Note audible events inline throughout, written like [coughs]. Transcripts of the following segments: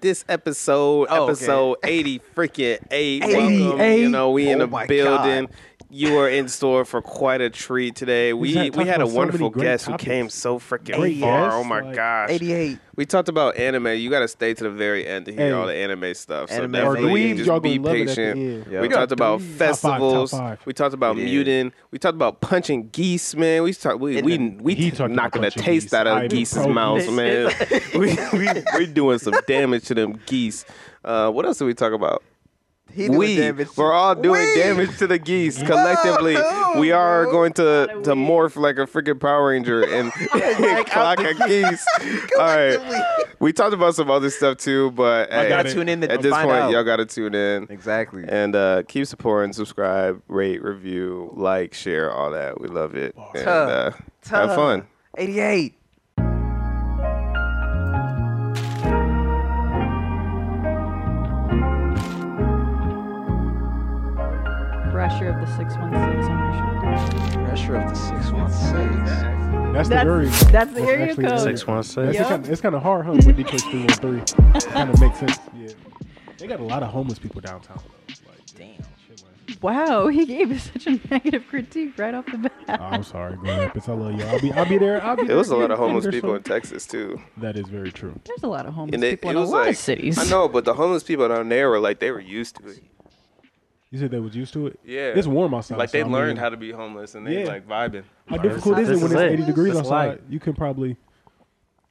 this episode, Oh, okay. episode 80 freaking 8. 88. Welcome. You know, we in Oh the my building. You are in store for quite a treat today. We had- we talked had a about so wonderful many great guest topics. who came so freaking Great far. guest, oh my like- gosh. 88. We talked about anime. You got to stay to the very end to hear Hey. all the anime stuff. So Anime definitely dweebs, y'all just gonna be love it at the patient. end. Yeah. We We talked about dweebs. Top five, top festivals. five. We talked about Yeah. muting. We talked about punching geese, man. We talked. We And we then we he t- talked about knocking the punching taste geese. out I of geese's broke mouths, man. we, [laughs] we we doing some damage to them geese. Uh, what else did we talk about? He doing we damage. we're all doing We. damage to the geese collectively. No, we are bro. going to to we. morph like a freaking Power Ranger [laughs] and, and [laughs] clock a geese. all Collectively. right, we talked about some other stuff too, but hey, got it. Tune in [laughs] to at this find point, out. y'all got to tune in Exactly. and uh, keep supporting, subscribe, rate, review, like, share, all that. We love it. And, uh, have Tuh. fun. 88. Pressure of the 616 on my shoulder. Pressure of the 616. That's, the That's- area code. that's the area actually code. area code. That's Yup. kind of, it's kind of hard, huh? With Detroit 313. kind of makes sense. Yeah. They got a lot of homeless people downtown. Like, Damn. Wow, he gave us such a negative critique right off the Oh, Uh, bat. I'm sorry, Grampus. I love you. I'll be, I'll be there. I'll be It there. was a lot Yeah, of homeless I'll be there people in soon. Texas too, That is very true. There's a lot of homeless and it, people it in a was lot like of cities. I know, but the homeless people down there were like they were used [laughs] to it. You said they was used to it? Yeah. It's warm outside. Like so they I learned mean, how to be homeless and they Yeah. like vibing. How difficult is it This when is it's it. 80 degrees That's outside? light. You can probably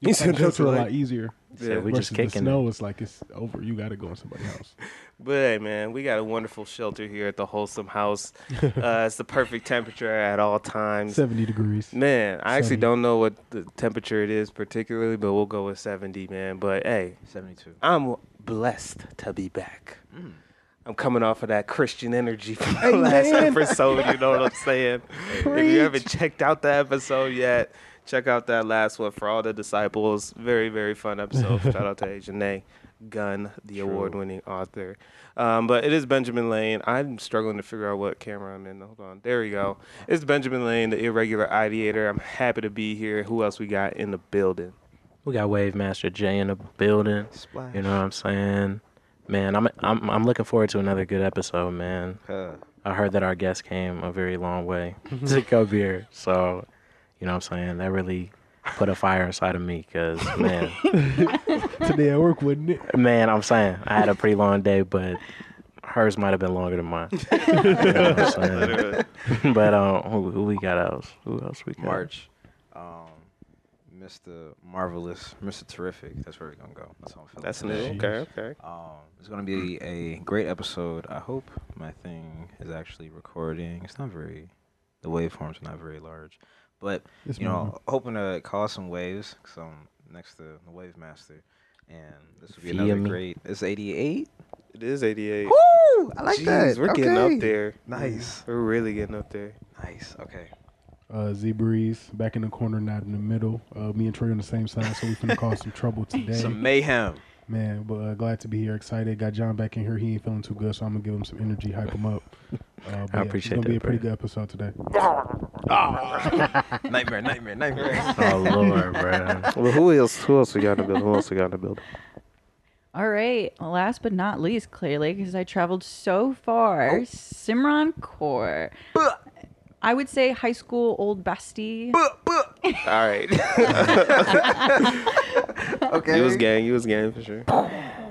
He you said can that's filter a light. lot easier. Yeah. we versus just the kicking it. snow, it's like it's over. You got to go in somebody's [laughs] house. But hey, man, we got a wonderful shelter here at the Wholesome House. [laughs] uh, it's the perfect temperature at all times. 70 degrees. Man, I actually 70. don't know what the temperature it is particularly, but we'll go with 70, man. But hey, 72. I'm blessed to be back. I'm coming off of that Christian energy from the Mm. Hey, last man. episode. You know what I'm saying? If you haven't checked out the episode yet, check out that last one for all the disciples. Very, very fun episode. [laughs] Shout out to Ajane Gunn, the award winning author. Um, but it is Benjamin Lane. I'm struggling to figure out what camera I'm in. Hold on. There we go. It's Benjamin Lane, the irregular ideator. I'm happy to be here. Who else we got in the building? [laughs] We got Wave Master J in the building. Splash. You know what I'm saying? Man, I'm I'm I'm looking forward to another good episode, man. Uh, I heard that our guest came a very [laughs] long way to come here, so you know what I'm saying that really put a fire inside of me, cause [laughs] man, Today at work, wouldn't it? man, I'm saying I had a pretty long day, but hers might have been longer [laughs] than mine. You know what I'm saying? but um, who, who we got else? Who else we got? March. Um, Mr. Marvelous, Mr. Terrific. That's where we're gonna go. That's how I'm feeling. That's new. today. Jeez. Okay, okay. Um, it's gonna be a great episode. I hope my thing is actually recording. It's not very, the waveforms are not very large, but It's you know, minimal. hoping to cause some waves. Cause I'm next to the wave master, and this will be Feel another me. great. It's 88. It is 88. Woo! I Jeez, We're getting up there. Nice, We're really getting up there. nice. Okay. Uh, Z Breeze back in the corner, not in the middle. Uh, me and Troy on the same side, so we're gonna cause some trouble today, Some mayhem. man. But uh, glad to be here, excited. Got John back in here. He ain't feeling too good, so I'm gonna give him some energy, hype him up. Uh, but yeah, appreciate It's gonna be that, a pretty bro. good episode today. nightmare, nightmare, nightmare. [laughs] [laughs] [laughs] Oh Lord, bro. Well, who else? Who else we got in the building? Who else we got in the building? All right, last but not least, clearly, because I traveled so far, Oh. Simran Kaur. I would say high school old bestie. [laughs] All right, [laughs] okay. you was gang. You was gang for sure.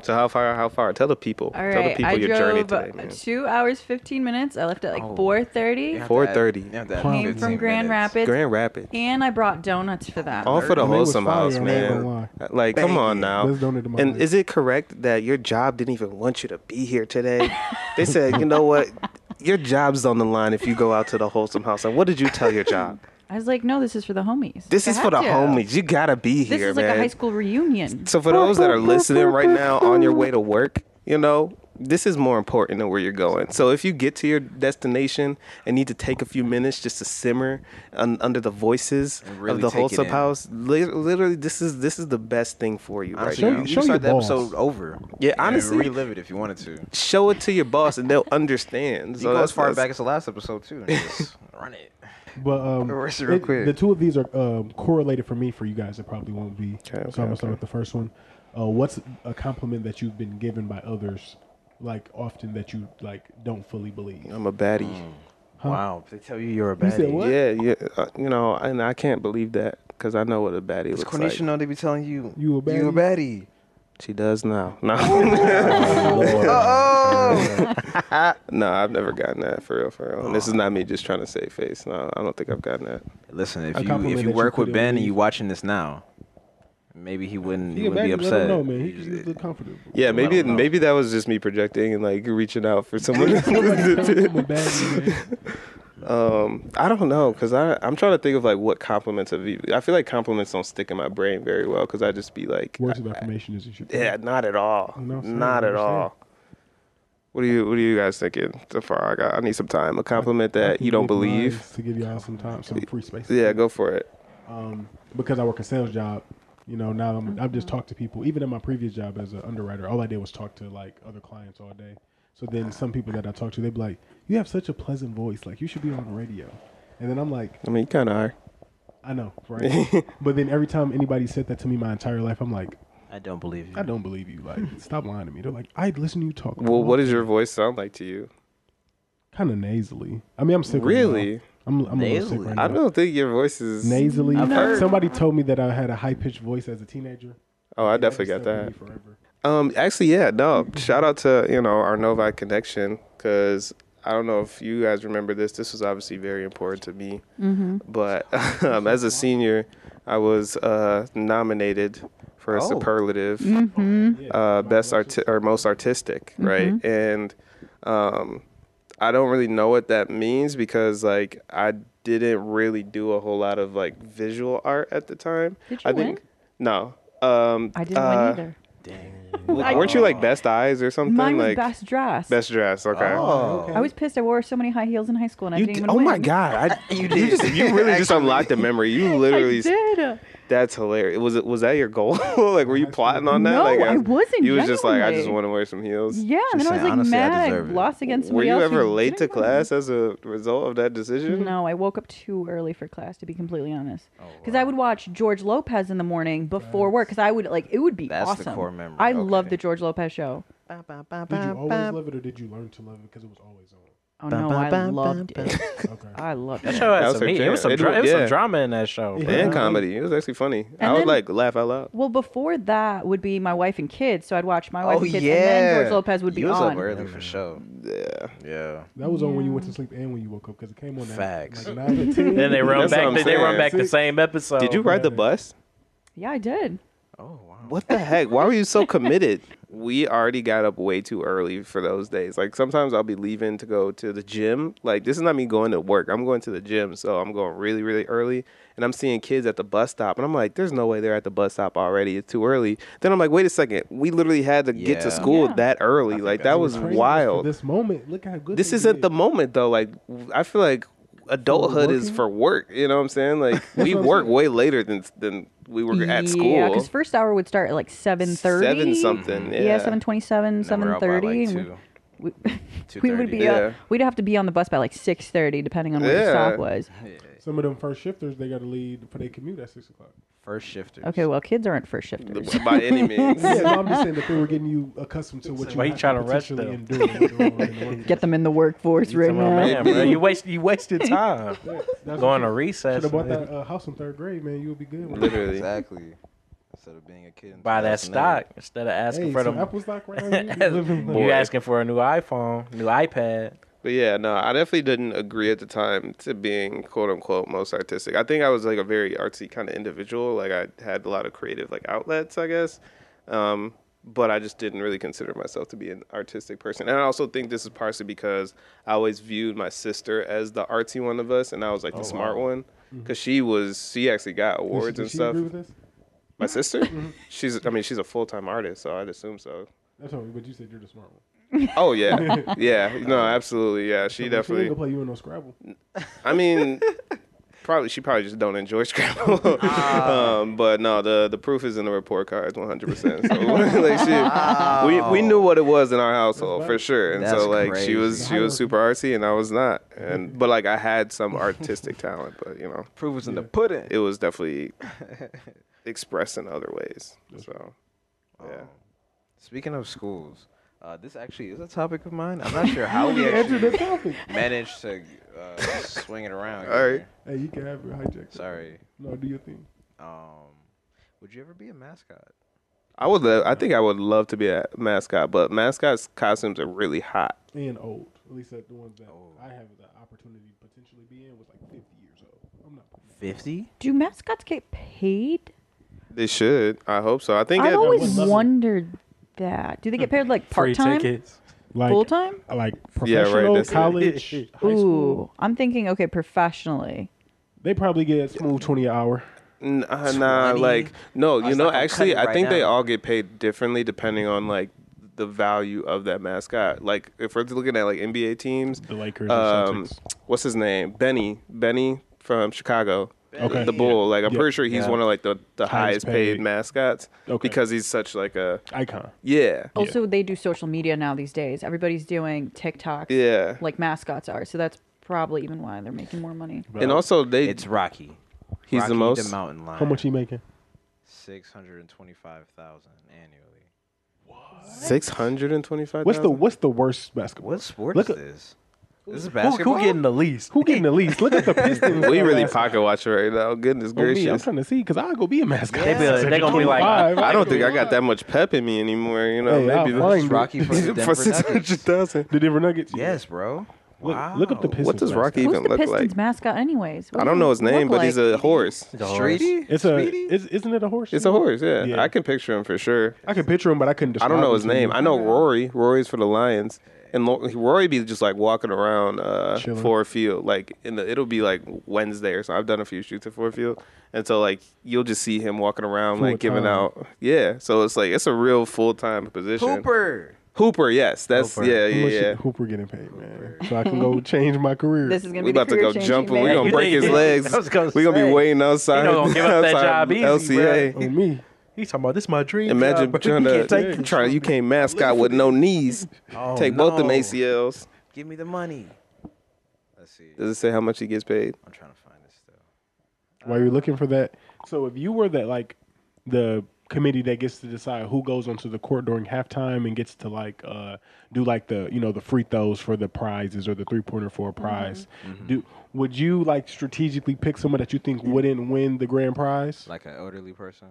So how far? How far? Tell the people. All Tell the right, people I your journey drove today, man. two hours fifteen minutes. I left at like Oh. [laughs] four thirty. You have to add- 4:30. you have to add Came Came 15 from Grand minutes. Rapids, Grand Oh. Rapids. and I brought donuts for them. All for the I mean, it was wholesome fire, house, I'm not gonna man. Uh, lie. Like, come on now. Let's donate to my And life. is it correct that your job didn't even want you to be here today? They said, you know what? Your job's on the line if you go out to the wholesome house. And what did you tell your job? I was like, no, this is for the homies. This I is for the have to. homies. You gotta be here, This is like man. a high school reunion. So for those that are listening right now on your way to work, you know, this is more important than where you're going. So if you get to your destination and need to take a few minutes just to simmer un- under the voices And really of the take it wholesome in. house, li- literally this is this is the best thing for you Honestly, right you, now. you Show your start the balls. episode over. Yeah, And honestly- relive it if you wanted to. You Show it to your boss and they'll understand. So go that's as far that's- back as the last [laughs] episode too. And just run it. But um, Erase it real quick. the two of these are um, correlated for me. For you guys, it probably won't be. Okay, okay, so I'm gonna okay. start with the first one. uh, what's a compliment that you've been given by others, like often that you like don't [laughs] fully believe? I'm a baddie. Mm. Wow, they tell you you're a You baddie. said what? Yeah, yeah. Uh, you know, and I can't believe that because I know what a baddie Does looks Cornisha like. know they be telling you You a You a baddie? baddie. She does now. No, Oh, no, I've never gotten that for real, for real. And this is not me just trying to save face. No, I don't think I've gotten that. listen. If A you compliment if that you you work with couldn't Ben and leave. you watching this now, maybe he wouldn't he Yeah, wouldn't baby, be let him upset. know, man. He, He's- he look [laughs] comfortable. Yeah, Well, I maybe don't know. maybe that was just me projecting and like reaching out for someone. [laughs] I'm a baddie, man. um, I don't know because I I'm trying to think of like what compliments of I feel like compliments don't stick in my brain very well because I just be like, Words of affirmation is your [laughs] yeah, not at all, No, sir, not I at all. What do you What are you guys thinking so far? I got I need some time. A compliment that you don't believe. to give y'all some time, some free space. Yeah, go for it. um, because I work a sales job, you know, now I'm, I've just talked to people. Even in my previous job as an underwriter, all I did was talk to like other clients all day. So then some people that I talk to, they'd be like, "You have such a pleasant voice. Like you should be on the radio." And then I'm like, I mean, you kind of are. "I know, [laughs] right?" but then every time anybody said that to me my entire life, I'm like, I don't believe you. "I don't believe you. Like stop lying to me." They're like, "I listen to you talk." Well, what does your voice sound like to you? kind of nasally? I mean, I'm sick. right now. Really? I'm, I'm a little sick Nasally? right now. I don't think your voice is. Nasally. I've heard- Somebody told me that I had a high pitched voice as a teenager. Oh, I That definitely just got stuck with that. me forever. Um, actually, yeah, no. Mm-hmm. Shout out to you know our Novi connection because I don't know if you guys remember this. This was obviously very important to me, Mm-hmm. but [laughs] um, as a senior, I was uh, nominated for a Oh. superlative Mm-hmm. Yeah. uh, best arti- or most artistic, right? And um, I don't really know what that means because like I didn't really do a whole lot of like visual art at the time. Did I you win? think no. Um, I didn't uh, win either. w- Weren't you like best eyes or something? Mine was like best dress. best dress. Okay. Oh, I was pissed. I wore so many high heels in high school, and I You didn't d- even oh win. my god! I, you did. Just, you really [laughs] just unlocked the memory. You literally. I s- did. That's hilarious. Was it? Was that your goal? [laughs] like, were you plotting on that? No, like, um, I wasn't, You was just like, I just genuinely. want to wear some heels. Yeah, and Just then I was saying, like honestly, I mad. I, deserve it. lost against Were somebody you else. ever who late to didn't win. class as a result of that decision? No, I woke up too early for class. To be completely honest, Oh, because I would watch George Lopez in the morning before work. Because I would like it would be That's the awesome. core memory. I love Okay. the George Lopez show. Did you always love it or did you learn to love it because it was always on? Oh no, I loved it. Okay. I loved That it. show That had was some her heat. It was jam. some, It dra- was- it was some yeah. drama in that show. Yeah. bro. And comedy. It was actually funny. I And would then- like laugh out loud. Well, before that would be my wife and kids. So I'd watch my wife Oh and kids, yeah. and then George Lopez would be you was on. up early for sure. Yeah. Yeah. That was on when you went to sleep and when you woke up because it came on at Facts. Like 9 to 10. Then they run That's what back. I'm They, they run saying. back the same episode. Did you ride the man. bus? Yeah, I did. Oh wow. What the heck? Why were you so committed? We already got up way too early for those days. Like sometimes I'll be leaving to go to the gym. Like this is not me going to work. I'm going to the gym, so I'm going really, really early. And I'm seeing kids at the bus stop, and I'm like, "There's no way they're at the bus stop already. It's too early." Then I'm like, "Wait a second. We literally had to get Yeah. to school Yeah. that early. Like that was Trained us for wild. This moment, look how good. this they isn't did. the moment though. Like I feel like adulthood is working? for work. You know what I'm saying? Like we what I'm work saying. way later than than we were at school. Yeah, because first hour would start at like seven thirty. Seven something, yeah. seven Then twenty-seven, we're seven up by, thirty. Like two. we, [laughs] we would be 2:30. Yeah. up, we'd have to be on the bus by like 6.30 depending on where the Yeah. stop was Some of them first shifters, they got to leave for their commute at [laughs] 6 o'clock. First shifters. okay well kids aren't first shifters by any means. [laughs] Yeah, no, I'm just saying that they were getting you accustomed to what you Why you have trying to rush potentially them? endure when you're in the workforce. [laughs] [laughs] get them in [laughs] the workforce right Come on, now man, bro. You waste. [laughs] You wasted time That's what going to you- Should recess. have bought and that uh, house in third grade, man. You'll be good. with it. Literally. Exactly. Instead of being a kid. in Buy 2008. that stock instead of asking Hey, for some them. [laughs] apple stock right here. You living You the- Boy. asking for a new iPhone, new iPad. But yeah, no, I definitely didn't agree at the time to being quote unquote most artistic. I think I was like a very artsy kind of individual. Like I had a lot of creative like outlets, I guess. Um, but I just didn't really consider myself to be an artistic person. And I also think this is partially because I always viewed my sister as the artsy one of us, and I was like the Oh, smart one. Cause she was, she actually [laughs] got Does Mm-hmm. she- awards does and she stuff. agree with Mm-hmm. this? My sister, she's, I mean, she's a full time artist, so I'd assume so. That's all. But you said you're the smart one. Oh [laughs] yeah, yeah, no, absolutely, yeah. She But She ain't definitely. gonna play you in no Scrabble. I mean, probably she probably just don't enjoy [laughs] Scrabble. Ah. um, but no, the the proof is in the report cards, one hundred percent. [laughs] So [laughs] like she, [laughs] we we knew what it was in our household for sure, and Oh. That's so like she was crazy. she was super artsy, and I was not, and but like I had some [laughs] artistic talent, but you know, Proof was in the pudding. it was definitely expressed in other ways. So oh. Yeah. Speaking of schools, uh, this actually is a topic of mine. I'm not sure how [laughs] we Answer the actually topic. managed to uh, swing it around. All right. here. Hey, you can have your hijack. Sorry. No, do your thing. Um, would you ever be a mascot? I would. Love, I think I would love to be a mascot, but mascots costumes are really hot. And old. At least that the ones that Old. I have the opportunity to potentially be in was like 50 years old. I'm not. putting that- Fifty? Do mascots get paid? They should. I hope so. I think. I've it- always level? wondered that. Do they get paid like part Free time, tickets. Like, full time? Like Yeah, right, professional, that's it. college, high school. Ooh, I'm thinking okay, professionally. They probably get smooth 20 an hour. N- uh, nah, 20? like no, I you was know, like, I'll cut actually, it I right think they now. all get paid differently depending on like the value of that mascot. Like if we're looking at like NBA teams, The Lakers um, and Celtics. what's his name? Benny, Benny from Chicago, Okay. the Bull. Like I'm Yeah. pretty sure he's Yeah. one of like the, the highest paid, paid. mascots Okay. Oh. because he's such like a Icon. yeah, Also, they do social media now these days. Everybody's doing TikTok. yeah, Like mascots are, so that's probably even why they're making more money. and also they It's Rocky. He's the Rocky most- mountain lion. How much he making? Six hundred and twenty-five thousand annually. six hundred and twenty five. What's the what's the worst basketball? What sport Look is at- this? This is Who, basketball. who getting the least? Who getting the least? Look [laughs] at the Pistons. we on really basketball. pocket watch right now. Goodness On me, I'm gracious. trying to see because I'll go be a mascot. They be like- they gonna be like, 25. I don't think I got that much pep in me anymore. You know, Hey, I'll maybe find It's Rocky [laughs] for [laughs] the for Denver six hundred Nuggets. thousand. The Denver Nuggets. Yes, bro. Look, Wow. look up the Pistons. What does mascot. Rocky Who's even the look Pistons like? mascot, anyways? What I does don't he know his look name, but he's like? a horse. The horse. Streety? It's a. Speedy? Is, isn't it a horse? It's a horse, yeah. Yeah. I can picture him for sure. I can picture him, but I couldn't. I Describe don't know his him to name. you. I know Rory. Rory's for the Lions, and Lo- Rory be just like walking around uh, Chilling. Ford Field. Like in the, it'll be like Wednesday or so. I've done a few shoots at Ford Field, and so like you'll just see him walking around like giving Full-time. out. Yeah, so it's like it's a real full time position. Hooper. Hooper, yes, that's Hooper. yeah, How much yeah, yeah. Hooper getting paid, man. So I can [laughs] go change my career. This is gonna We be the about to career go change he jumping. We made. gonna [laughs] break his Yeah, legs. I was gonna We gonna be say. waiting outside. He don't gonna give up that outside job easy, LCA. on me. He's talking about this. Is my dream. Imagine job, but trying you to [laughs] can't take trying you can't mascot with no knees. Oh, Take both them no. ACLs. Give me the money. Let's see. Does it say how much he gets paid? I'm trying to find this though. While you're looking for that, so if you were that like the committee that gets to decide who goes onto the court during halftime and gets to like uh do like the you know the free throws for the prizes or the three pointer for Mm-hmm. a prize, do would you like strategically pick someone that you think wouldn't win the grand prize? Like an elderly person.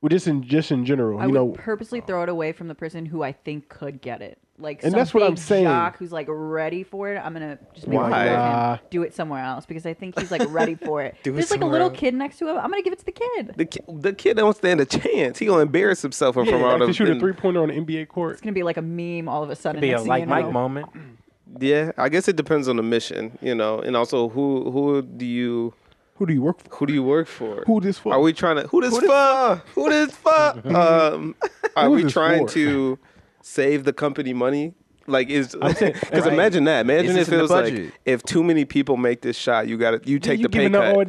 Well, just in just in general, I you would know. purposely throw it away from the person who I think could get it. Like And some that's what big I'm saying. jock who's like ready for it. I'm gonna just make Why? fun of him Nah. do it somewhere else because I think he's like ready for it. [laughs] Do it There's like a somewhere little else. kid next to him. I'm gonna give it to the kid. The kid, the kid don't stand a chance. He gonna embarrass himself in front like of to shoot a three pointer on an NBA court. It's gonna be like a meme all of a sudden. Be a next thing like you Mike know. moment. Yeah, I guess it depends on the mission, you know, and also who who do you Who do you work for? who do you work for? Who this for? Are we trying to who this for? Who this for? [laughs] Um, are Who we this trying for? to save the company money? Like [laughs] is [laughs] saying- because Right. imagine that. Imagine this if in it the was like budget? if too many people make this shot, you got to you take you the pay giving out all cut.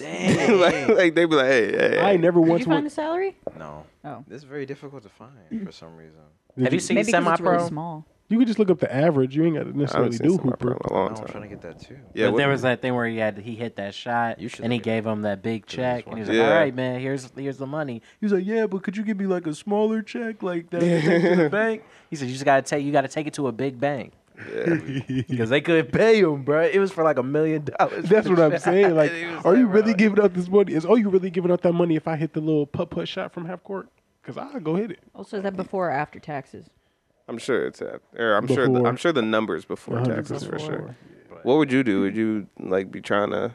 [laughs] like, like they be like, hey, hey, I hey. ain't never Did once you find went. the salary? [laughs] No. Oh, This is very difficult to find for some reason. Have you- you seen maybe because semi it's really pro? small. You could just look up the average. You ain't got to I haven't necessarily seen do Semi Pro Hooper. in a No, long I'm trying time. to get that too. Yeah, but what- there was that thing where he had he hit that shot You should and he look at gave him that big check and he was like, Yeah. "All right, man, here's here's the money." He was like, "Yeah, but could you give me like a smaller check like that I can take to the bank?" He said, "You just gotta take you gotta take it to a big bank [laughs] because they couldn't pay him, bro. It was for like a million dollars." That's what [laughs] I'm saying. Like, He was are you like, bro, really giving up this money? Is are you really giving up that money if I hit the little putt putt shot from half court? Because I'll go hit it. Also, is that before or after taxes? I'm sure it's at, or I'm sure the, Before. I'm sure the numbers before 100% taxes for sure. before. What would you do? Would you like be trying to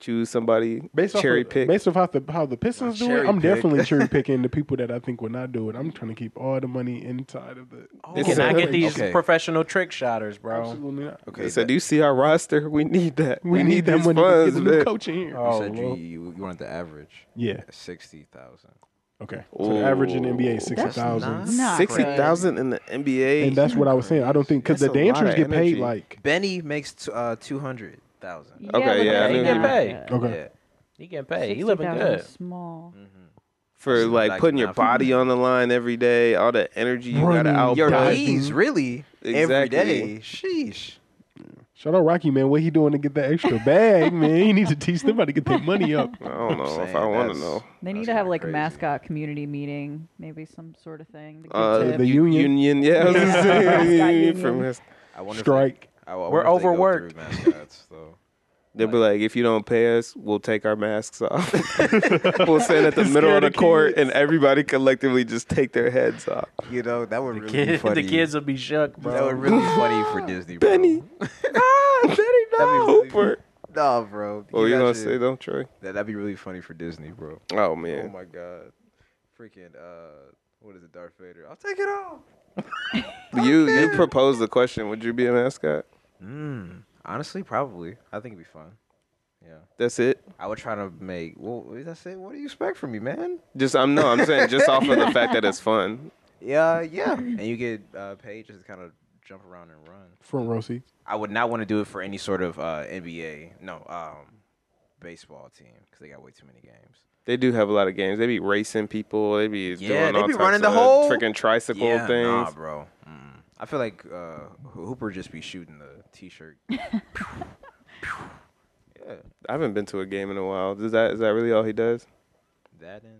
choose somebody Based off cherry of, pick? based off how the how the Pistons do it, cherry I'm [laughs] pick. definitely cherry picking the people that I think will not do it. I'm trying to keep all the money inside of the. They Oh. Can I said- get these Okay. professional trick shotters, bro? Absolutely not. They Okay. said, that- "Do you see our roster? Oh. We need that. We need that these money funds, to get the new man." coach in here. Oh. You said you, Lord. you, you wanted the average. Yeah. Sixty thousand. Okay. So the average in the NBA is Ooh. sixty thousand, That's Not Sixty crazy. thousand in the NBA. and that's what I was saying. I don't think because the That's a lot dancers of get paid energy. like. Benny makes t- uh, two hundred thousand. Okay, but yeah, that's I knew not you- Pay. good. Okay. Yeah. He getting paid. He 60,000 living good. is Small. for Just like like putting your nothing. body on the line every day, all the energy you gotta Running. output. Your Right. knees, really? Exactly. Every day. Sheesh. Shout out Rocky, man. What he doing to get that extra [laughs] bag, man? He needs to teach them how to get their money up. I don't know if saying, I want to that's- know. They need That's to have kinda like a crazy. mascot community meeting, maybe some sort of thing. The good Uh, tip. The u- union. union, yeah. I was [laughs] gonna say, Yeah. union Union. from his- I wonder if they- Strike. I- I wonder We're if they go through overworked. mascots, [laughs] though. They'll be like, if you don't pay us, we'll take our masks [laughs] off. we'll stand at the middle of Scare the the court and everybody collectively just take their heads [laughs] off. You know that would really be Kid, [laughs] funny. the kids will be shook, That would bro. really be funny [laughs] for Disney, bro. Benny. ah, Benny, That'd be really- Hooper. Nah, bro. What were Oh, you gonna Imagine- say though, Troy? That, that'd be really funny for Disney, bro. Oh Oh man. my god. Freaking uh what is it, Darth Vader? I'll take it off. you you proposed the question. Would you be a mascot? Mm. Honestly, probably. I think it'd be fun. Yeah. That's it. I would try to make well that's it. What do you expect from me, man? Just I'm no. I'm saying just off of the fact that [laughs] it's fun. Yeah, yeah. and you get uh paid just to kind of jump around and run. Front row seats. I would not want to do it for any sort of uh NBA no um baseball team because they got way too many games. They do have a lot of games. They be racing people. They be Yeah, doing they all be types running the of whole- freaking tricycle things. Nah, bro. Mm. I feel like uh, Hooper just be shooting the t-shirt. yeah, I haven't been to a game in a while. Is that is that really all he does? that and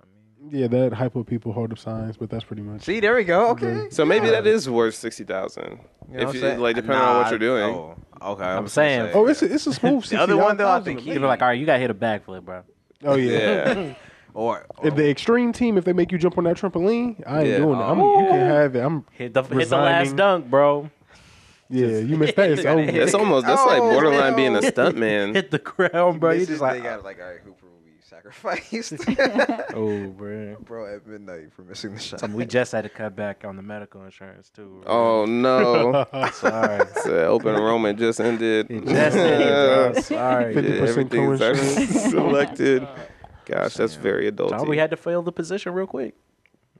I mean. Yeah, that hypo people hold up signs, but that's pretty much. See, there we go. Okay. Okay. Mm-hmm. So maybe that is worth sixty thousand. You know what if I'm you, saying? like depending on what Nah, you're doing. Oh, okay. I I'm was gonna saying- say, Oh, it's a, it's a smooth. [laughs] The other one, though, I think They he- be like, all right, you got to hit a backflip, bro. [laughs] Oh yeah. Yeah. or, oh, or If the extreme team, if they make you jump on that trampoline, I ain't Yeah. doing it. I'm, you can have it. I'm Hit the hit the last Resigning. dunk, bro. yeah. You missed that. It's gotta hit over. that's almost that's like Oh, borderline no. being [laughs] a stunt man. Hit the ground, bro. bro, You you just like, they like, got like, all right, Hooper will be sacrificed, [laughs] oh, bro. bro, at midnight for missing the shot. Something we just had to cut back on the medical insurance too. bro. Oh no. [laughs] sorry. It's, uh, open enrollment just ended. It [laughs] just ended, bro. Sorry. Yeah, 50% everything's [laughs] coinsurance. [laughs] selected. Gosh, that's very adult. So we had to fill the position real quick.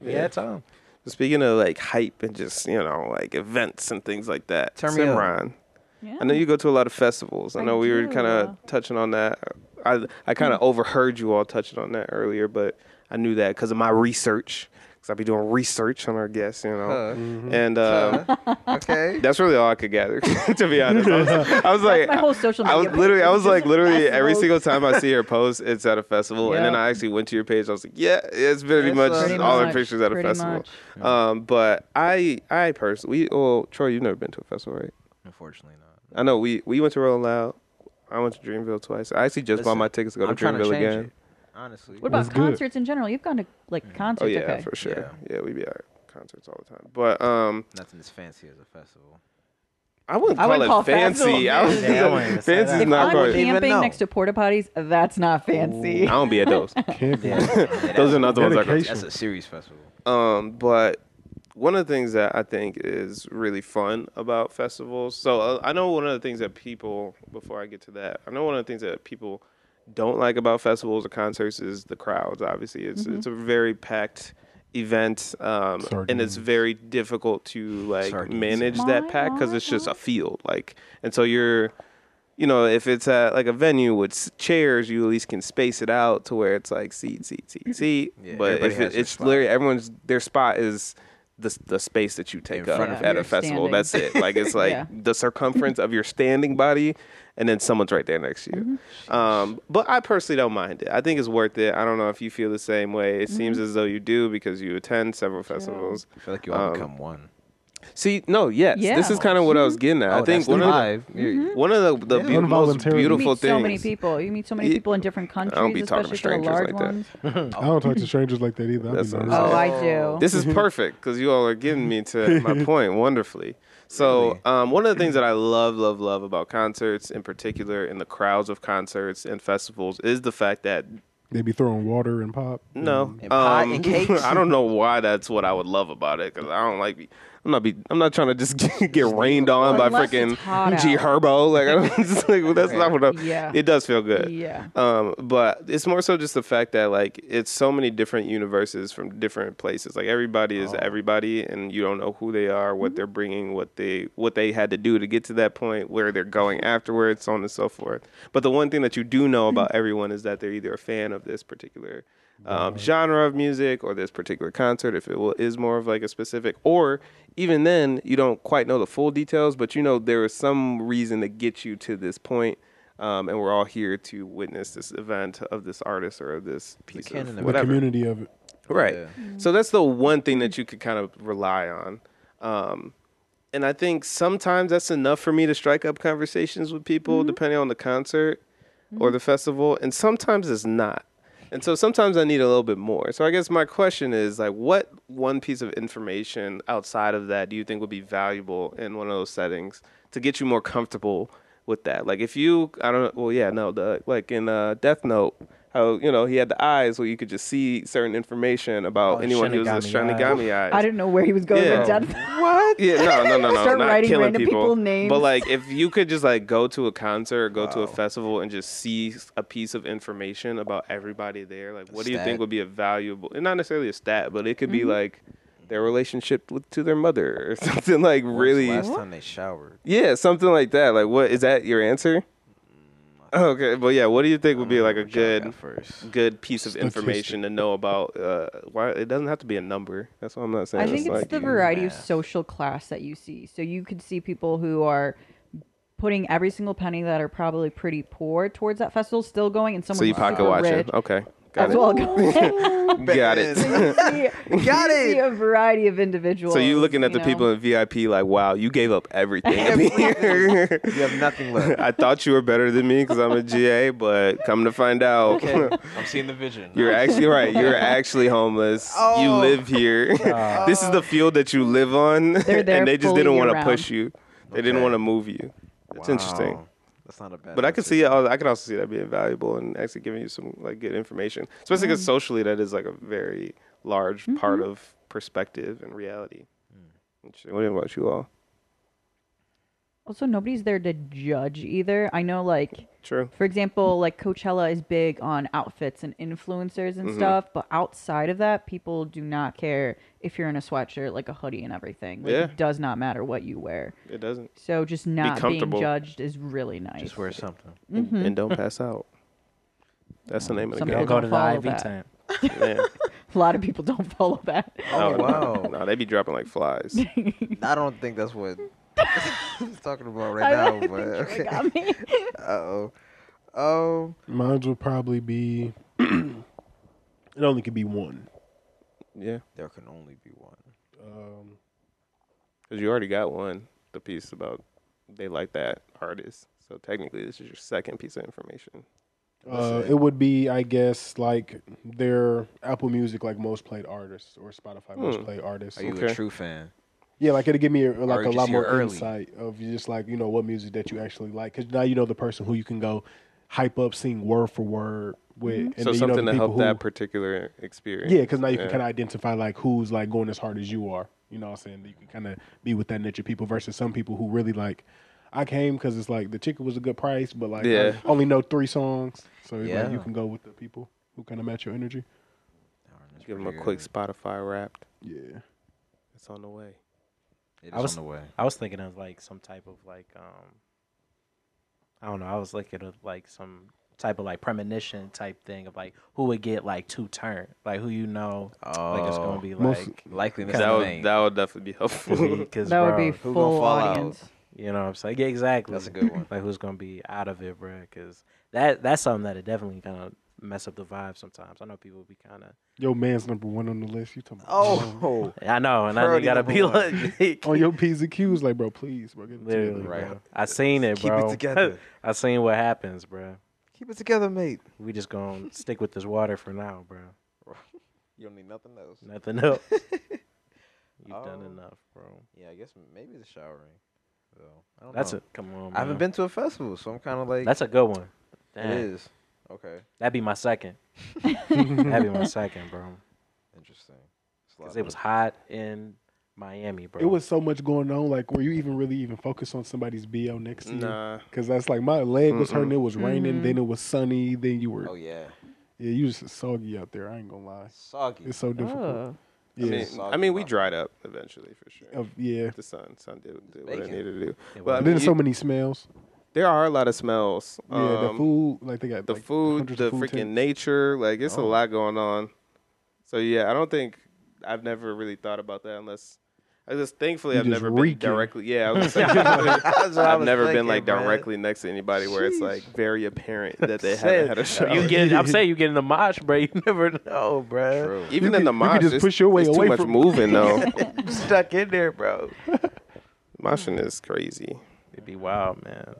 Yeah, had time. Speaking of like hype and just you know like events and things like that. Turn me up. Simran, yeah. I know you go to a lot of festivals. I I know we were do. kind of touching on that. I I kind Mm-hmm. of overheard you all touching on that earlier, but I knew that because of my research. Because I be doing research on our guests, you know, Huh. uh, and um, [laughs] okay. that's really all I could gather. [laughs] to be honest, [laughs] I was, I was like, my whole social I media. was literally, I was like, literally every festivals. single time I see [laughs] her post, it's at a festival. And then Yeah. I actually went to your page. I was like, yeah, it's pretty It's, much uh, Pretty all her much, pictures at a pretty festival. much. Um, but I, I personally, well, Troy, you've never been to a festival, right? Unfortunately, not. I know we we went to Rolling Loud. I went to Dreamville twice. I actually just bought Listen, my tickets to go to I'm trying to Dreamville change again. it. Honestly, What That's about good. concerts in general? You've gone to like concerts. Oh yeah, okay. for sure. Yeah, we be at concerts all the time. But um, nothing as fancy as a festival. I wouldn't I call wouldn't it call fancy. festival I was fancy. Yeah, I [laughs] wouldn't even say fancy's that. if not I'm quite- part. Even camping though. next to porta potties, that's not fancy. I don't be at those. Can't be. Those are not the ones I go to. Dedication. That's a serious festival. Um, but one of the things that I think is really fun about festivals. So uh, I know one of the things that people, before I get to that, I know one of the things that people don't like about festivals or concerts is the crowds. Obviously, it's it's a very packed event, um, and it's Sardines. very difficult to like Sardines. manage My, that pack because my, it's just a field. Like, and so you're you know, if it's at like a venue with s- chairs, you at least can space it out to where it's like seat, seat, seat, seat. Yeah, but everybody if has it, their it's spot. literally everyone's their spot is the s- the space that you take In up front of at you. a festival. Standing. That's it. Like [laughs] it's like Yeah. the circumference of your standing body, and then someone's right there next to you. Mm-hmm. Um, but I personally don't mind it. I think it's worth it. I don't know if you feel the same way. It Mm-hmm. seems as though you do because you attend several festivals. I feel like you Um, all become one. See, no, yes, this Yeah. Mm-hmm. is kind of what I was getting at. I Oh, think that's one of the, Mm-hmm. live. Yeah. one of the, the Yeah. beau- most Involuntarily. you beautiful meet things. so many people. You meet so many Yeah. people in different countries, be talking to especially for the strangers large like that. ones. I don't talk to strangers like that either. I'd That's be what I'm nervous. saying. Oh, I Oh. do. This is perfect because you all are getting me to [laughs] my point wonderfully. So, Really? um, one of the things that I love, love, love about concerts in particular, and the crowds of concerts and festivals, is the fact that They be throwing water and pop. no, Mm, um, And pie and [laughs] cakes. I don't know why that's what I would love about it because I don't like. Be, I'm not be. I'm not trying to just [laughs] get, get rained on by Unless it's freaking hot out. G Herbo. Like [laughs] I'm just like well, that's not what. I, Yeah. It does feel good. Yeah. Um, but it's more so just the fact that like it's so many different universes from different places. Like everybody is everybody, and you don't know who they are, what they're bringing, what they what they had to do to get to that point, where they're going afterwards, so on and so forth. But the one thing that you do know about everyone is that they're either a fan of this particular um, genre of music or this particular concert if it will, is more of like a specific or even then you don't quite know the full details but you know there is some reason to get you to this point um, and we're all here to witness this event of this artist or of this piece canon of of it. the whatever community of it. Right. Yeah. So that's the one thing that you could kind of rely on. Um, and I think sometimes that's enough for me to strike up conversations with people, Mm-hmm. depending on the concert or the festival. And sometimes it's not. And so sometimes I need a little bit more. So I guess my question is like, what one piece of information outside of that do you think would be valuable in one of those settings to get you more comfortable with that? Like, if you, I don't know, well, yeah, no, the like in uh, Death Note, how you know he had the eyes where you could just see certain information about Oh, anyone who was a Shinigami Shinigami eyes. I didn't know where he was going Yeah. with death. What? Yeah, no, no, no, no. [laughs] Start not writing killing random people. people names. But like, if you could just like go to a concert or go to a festival and just see s- a piece of information about everybody there, like, what do you think stat. would be a valuable? And not necessarily a stat, but it could Mm-hmm. be like their relationship with to their mother or [laughs] something like When was the really. Last time they showered. Yeah, something like that. Like, what is that your Mm, answer? [laughs] Okay, but yeah, what do you think would be like a Which one I good got first. good piece of information to know about? Uh, why it doesn't have to be a number. That's what I'm not saying. I think it's like, the variety of math. social class that you see. So you could see people who are putting every single penny that are probably pretty poor towards that festival still going, and someone so you who's pocket super watching. rich Okay, got as it. [laughs] well going. Got it. [laughs] Got it. See a variety of individuals. So you looking at the you know. people in VIP like, wow, you gave up everything. to be here. [laughs] You have nothing left. I thought you were better than me because I'm a GA, but come to find out, okay, I'm seeing the vision. [laughs] you're actually right. You're actually homeless. You Oh. live here. [laughs] this is the field that you live on, [laughs] there and they just fooling didn't want to around. push you. They didn't Okay. want to move you. It's interesting. Wow. That's not a bad. But I could answer. see it. I could also see that being valual and actually giving you some like good information, especially Mm. because socially that is like a very large part Mm-hmm. of perspective and reality. Mm. Interesting. What about you all? Also, nobody's there to judge either. I know, like, True. for example, like Coachella is big on outfits and influencers Mm-hmm. and stuff, but outside of that, people do not care if you're in a sweatshirt, like a hoodie, and everything. Like, Yeah. It does not matter what you wear. It doesn't. So just not being comfortable. judged is really nice. Just wear something. Mm-hmm. And [laughs] don't pass out. That's the name of the Some game. Don't people go to the follow IV that. [laughs] tent. Man. A lot of people [laughs] don't follow that. Oh No, wow! No, they be dropping like flies. [laughs] [laughs] I don't think that's what [laughs] he's talking about I right now. think But you okay. got [laughs] me. Uh oh. Um. Mine will probably be. [clears throat] it only could be one. yeah, There can only be one. Um, because you already got one. The piece about they like that artist. So technically, this is your second piece of information. uh, it would be, I guess, like their Apple Music, like most played artists, or Spotify most Hmm. played artists. Are you Okay. a true fan? Yeah, like it'll give me like a just lot hear more early. insight of just like you know what music that you actually like because now you know the person who you can go hype up, sing word for word with, and Mm-hmm. so then you know something the to help people that who- particular experience. yeah, because now you can Yeah. kind of identify like who's like going as hard as you are. You know what I'm saying? You can kind of be with that niche of people versus some people who really like. I came because it's like the chicken was a good price, but like Yeah. I only know three songs, so it's like Yeah. you can go with the people who kind of match your energy. Darn, that's Give them a pretty quick good. Spotify wrapped. Yeah, It's on the way. It is I was- on the way. I was thinking of like some type of like um I don't know, I was looking of like some type of like premonition type thing of like who would get like two turn. Like who you know like it's gonna Oh. be Most- like [laughs] Likeliness Kinda That of would name. that would definitely be helpful. [laughs] because that would be gonna full fall out? audience. you know what I'm saying? Yeah, exactly. That's a good one. [laughs] Like who's gonna be out of it, bro? Because that that's something that it definitely kind of mess up the vibe sometimes. I know people be kind of. yo, man's number one on the list. You talking? Oh. I know, and I Priority gotta number be one. [laughs] like, [laughs] on your p's and q's, like bro, please, bro, get it together. Oh. literally, Right. bro. [laughs] I seen it, Keep it bro. together. [laughs] I seen what happens, bro. Keep it together, mate. We just gonna stick with this water for now, bro. You don't need nothing else. Nothing else. [laughs] You've done Oh. enough, bro. Yeah, I guess m- maybe the showering. Though I don't That's know. a come on. I haven't man. been to a festival, so I'm kind of like. That's a eh. good one. It Dang, is. Okay. that'd be my second. that'd be my second, bro. Interesting. It's a lot Cause it of- was hot in Miami, bro. It was so much going on. Like, were you even really even focused on somebody's bo next to you? nah. Cause that's like my leg was hurting. It was raining. Mhm. Then it was sunny. Then you were Oh yeah. yeah, you just soggy out there. I ain't gonna lie. [laughs] Soggy. It's so difficult. Oh. I Yeah, mean, Soggy I mean, we bottom. dried up eventually for sure. Of- yeah. The sun, sun did, did what it Bacon. needed to do. It But I And mean, then so you, many smells. [laughs] There are a lot of smells. yeah, the Um, food, like they got the like, food, hundreds the of food freaking tents. nature. Like it's a Oh. lot going on. So yeah, I don't think I've never really thought about that unless. I just thankfully You I've just never reeking. been directly. [laughs] Yeah, I was gonna say, That's what I I've was never been thinking, like man. [laughs] directly next to anybody where it's like very apparent that they Say- haven't had a shower. You get, I'm [laughs] saying you get in the mosh, bro. [laughs] You never know, bro. True. Even You in could- the you could mosh, just it's- push your way it's away too much from- moving though. [laughs] [laughs] I'm stuck in there, bro. Moshing is crazy. It'd be wild, man.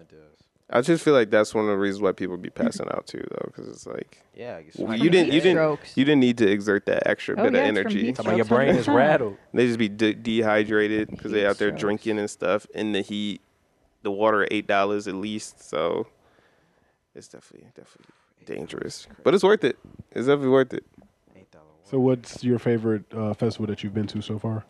It does. I just feel like that's one of the reasons why people be passing out too, though, because it's like Yeah, I guess Well, I you From can didn't- you heat say- didn't- strokes. you didn't need to exert that extra Oh, bit yeah, of it's from energy. heat Talking about your Strokes brain all the is time. rattled. They just be de- dehydrated because they Heat out there strokes. drinking and stuff in the heat. The water eight dollars at least, so it's definitely definitely dangerous, but it's worth it. It's definitely worth it. So, what's your favorite uh, festival that you've been to so far?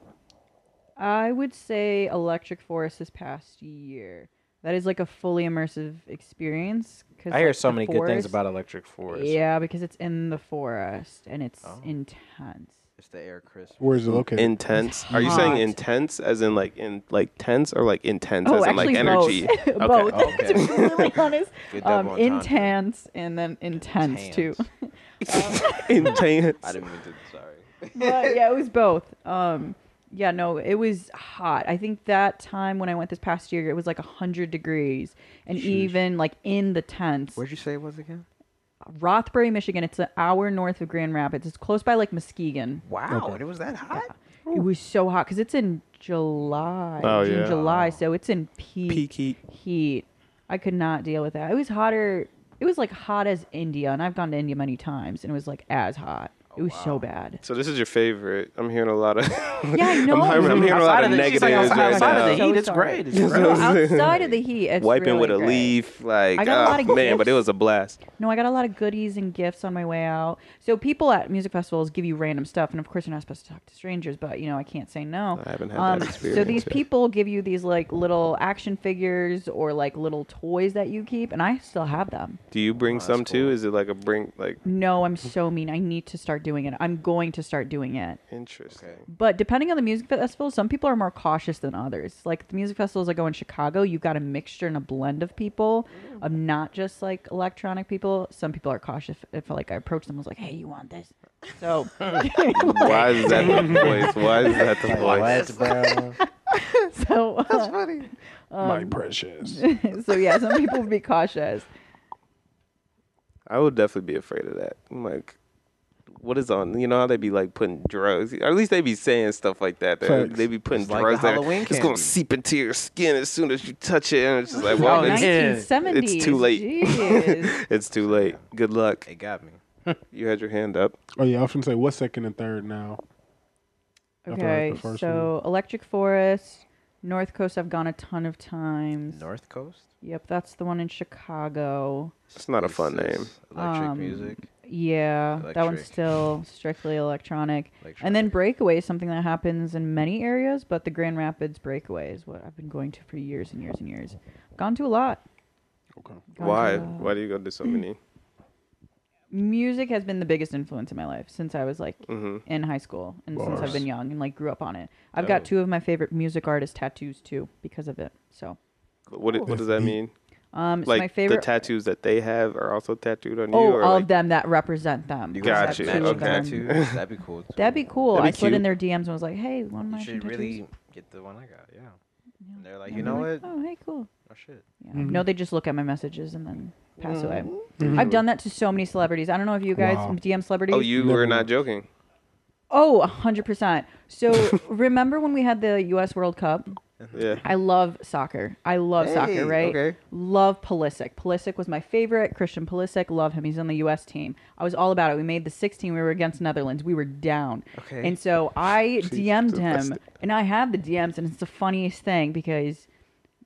I would say Electric Forest this past year. That is like a fully immersive experience. Cause I hear like, so the many good things forest- about Electric Forest. Yeah, because it's in the forest and it's Oh. intense. It's the air crisp. Where is it located? Intense. Are you saying hot. intense as in like in like tense or like intense oh, as in actually, like energy? both. [laughs] both. Okay. to be [laughs] really honest, Good double um, entendre. intense and then intense [laughs] too. Intense. intense. I didn't mean to. Sorry. but yeah, it was both. Um, yeah, no, it was hot. I think that time when I went this past year, it was like hundred degrees, and even like in the tents, Where'd you say it was again? Rothbury, Michigan. It's an hour north of Grand Rapids. It's close by like Muskegon. Wow, it was [laughs] that hot. It was so hot because it's in July, Oh, June, yeah. July, so it's in peak, Peak heat. heat. I could not deal with that. It was hotter. It was like hot as India, and I've gone to India many times, and it was like as hot. It was so [laughs] bad. So this is your favorite. I'm hearing a lot of. Yeah, I know. I'm, I'm hearing a lot Outside of of the- she's like, negatives right outside now. of the heat, it's Sorry. [laughs] great. It's great. No, outside of the heat, it's Wiping really with a great. leaf, like I got a ah, lot of man, but gifts. it was a blast. No, I got a lot of goodies and gifts on my way out. So people at music festivals give you random stuff, and of course you're not supposed to talk to strangers, but you know I can't say no. I haven't had that Um, So experience these yet. people give you these like little action figures or like little toys that you keep, and I still have them. Do you bring some too? Is it like a bring like No, Hmm. I'm so mean. I need to start doing it. I'm going to start doing it. interesting? [laughs] But depending on the music festival, some people are more cautious than others. Like the music festivals I go in Chicago, you've got a mixture and a blend of people, of not just like electronic people. Some people are cautious. If like I approach them, I was like, "Hey, you want this?" [laughs] So Why is that [laughs] the voice? Why is that the voice? [laughs] bro? so uh, Um, My precious. [laughs] so yeah, some people would be cautious. I would definitely be afraid of that. I'm like, what is on? You know how they be like putting drugs, or at least they be saying stuff like that. They, Facts. they be putting It's like drugs the there. Halloween It's gonna candy. seep into your skin as soon as you touch it, and it's [laughs] just like, Oh, well, it's, nice. 1970s. it's too late. Jeez. it's too late. Good luck. It got me. You had your hand up. Oh yeah, I was gonna say what's second and third now. After okay, the first so Electric Forest, North Coast. I've gone a ton of times. North Coast. Yep, that's the one in Chicago. It's not a fun This name. is Electric Um, music. Yeah, that one's Electric. still strictly electronic. Electric. And then breakaway is something that happens in many areas, but the Grand Rapids breakaway is what I've been going to for years and years and years. Gone to a lot. Okay. Gone to Why? a lot. Why do you go do so many? Music has been the biggest influence in my life since I was like Mm-hmm. in high school and since I've Bars. been young and like grew up on it. I've Oh. got two of my favorite music artist tattoos too because of it. So, What, what That's does that deep. mean? um, so like my favorite. the tattoos that they have are also tattooed on you. oh, or all like, of them that represent them. You guys Tattoo have of matching them. tattoos? [laughs] That'd be cool. too. That'd be cool. That'd be I slid in cute. their DMs and was like, "Hey, one of my You should tattoos?" really get the one I got. Yeah. And they're like, And you they're know like, what? Oh, hey, cool. Oh shit. Yeah. Mhm. No, they just look at my messages and then pass Mm-hmm. away. I've done that to so many celebrities. I don't know if you guys Wow. DM celebrities. Oh, you Never were mind. not joking. Oh, 100%. [laughs] So remember when we had the US World Cup? Yeah. I love soccer. I love Hey, soccer, right? okay. Love Pulisic. Pulisic was my favorite. Christian Pulisic, love him. He's on the U.S. team. I was all about it. We made the 16. We were against Netherlands. We were down. Okay. [laughs] And so I DM'd him, Fantastic. and I have the DMs, and it's the funniest thing because,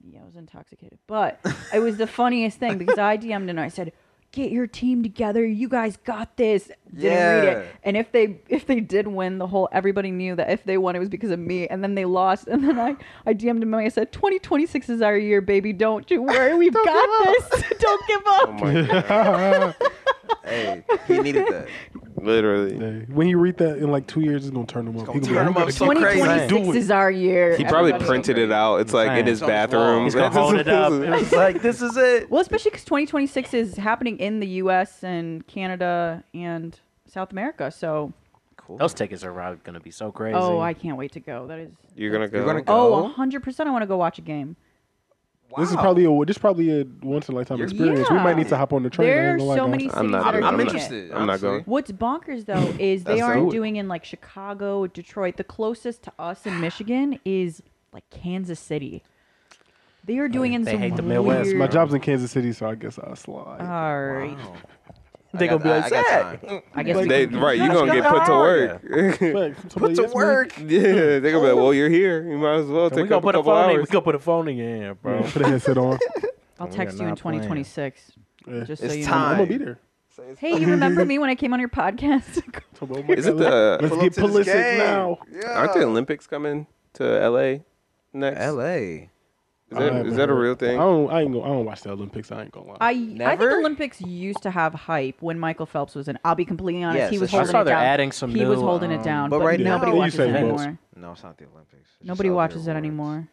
yeah, I was intoxicated, but it was the funniest thing because I DM'd and I said, "Get your team together. You guys got this." Didn't read Yeah. it. And if they if they did win, the whole everybody knew that if they won, it was because of me. And then they lost. And then I I DM'd him and I said, "2026 is our year, baby. Don't you worry. We've [laughs] got this. Don't give up." [laughs] Oh my god. Hey, he needed that. Literally. Hey, [laughs] When you read that in like two years, it's gonna turn them up. He gonna be turn them like, "We up gotta so keep crazy." doing it." 2026 is our year. He probably Everybody- printed it out. It's like in his [laughs] bathroom. [laughs] He's gonna hold it up. It's like this is it. Well, especially because 2026 is happening in the U.S. and Canada and South America. So, Cool. [laughs] Those tickets are probably gonna be so crazy. oh, I can't wait to go. That is. You're gonna go. You're gonna go. Oh, 100%. I want to go watch a game. This is Wow. probably a this is probably a once in a lifetime You're- experience. We yeah. might need to hop on the train. I ain't There's gonna lie, so guys. many cities I'm not. that are I'm, I'm doing it. interested. I'm not honestly. going. What's bonkers though is they That's aren't dope. doing in like Chicago, Detroit. The closest to us in Michigan is like Kansas City. They are doing in They some hate the weird... Midwest, My job's in Kansas City, so I guess I'll slide. All right. Wow. They gonna be like, "Zach, I guess we Oh, They, can- right, you're gonna get put to work. [laughs] yeah, Fuck, somebody to yes, man. work. they're gonna be like, well, you're here. You might as well We're take gonna up a put a couple phone in. We're hours. gonna put a phone in your hand, Bro, bro. put a headset on. I'll We are text you in not playing. 2026. Yeah. Just so It's you I'm time. gonna be there. know. Hey, you remember me when I came on your podcast? [laughs] Is it the? Let's Pull up get to this Pulisic game. now. Aren't the Olympics coming to L.A. next? L.A. Is Oh, that, is that a real I thing? don't. I ain't gonna. I don't watch the Olympics. I ain't gonna lie. I I think Never? Olympics used to have hype when Michael Phelps was in. I'll be completely honest, Yes, he that's was true. I holding saw it they're down. adding some he was new, holding it um, down, But right nobody now- Yeah, you watches say it votes. anymore. No, it's not the Olympics. It's just Nobody out there watches it awards. anymore.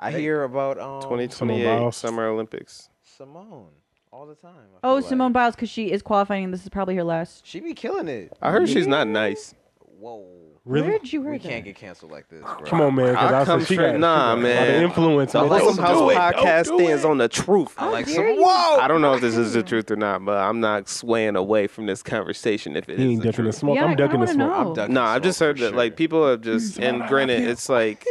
I hear about um, 2028 Biles. Summer Olympics. Simone all the time. I Oh, feel like. Simone Biles, because she is qualifying. and This is probably her last. She be killing it. I heard she's not nice. Whoa. really? Where did you hear We that? can't get canceled like this, bro. Come on, man. Cause I I, come said she straight- got nah, she got man. The influence. The man. Wholesome Don't House do it. podcast Don't do stands it. on the truth. I like dare some. Oh, you. Whoa. I don't know if this is the truth or not, but I'm not swaying away from this conversation if it He is ain't the ducking the truth. smoke. Yeah, I I'm ducking the kinda wanna smoke. know. ducking No, the I've just smoke heard for that sure. like people have just and granted it's like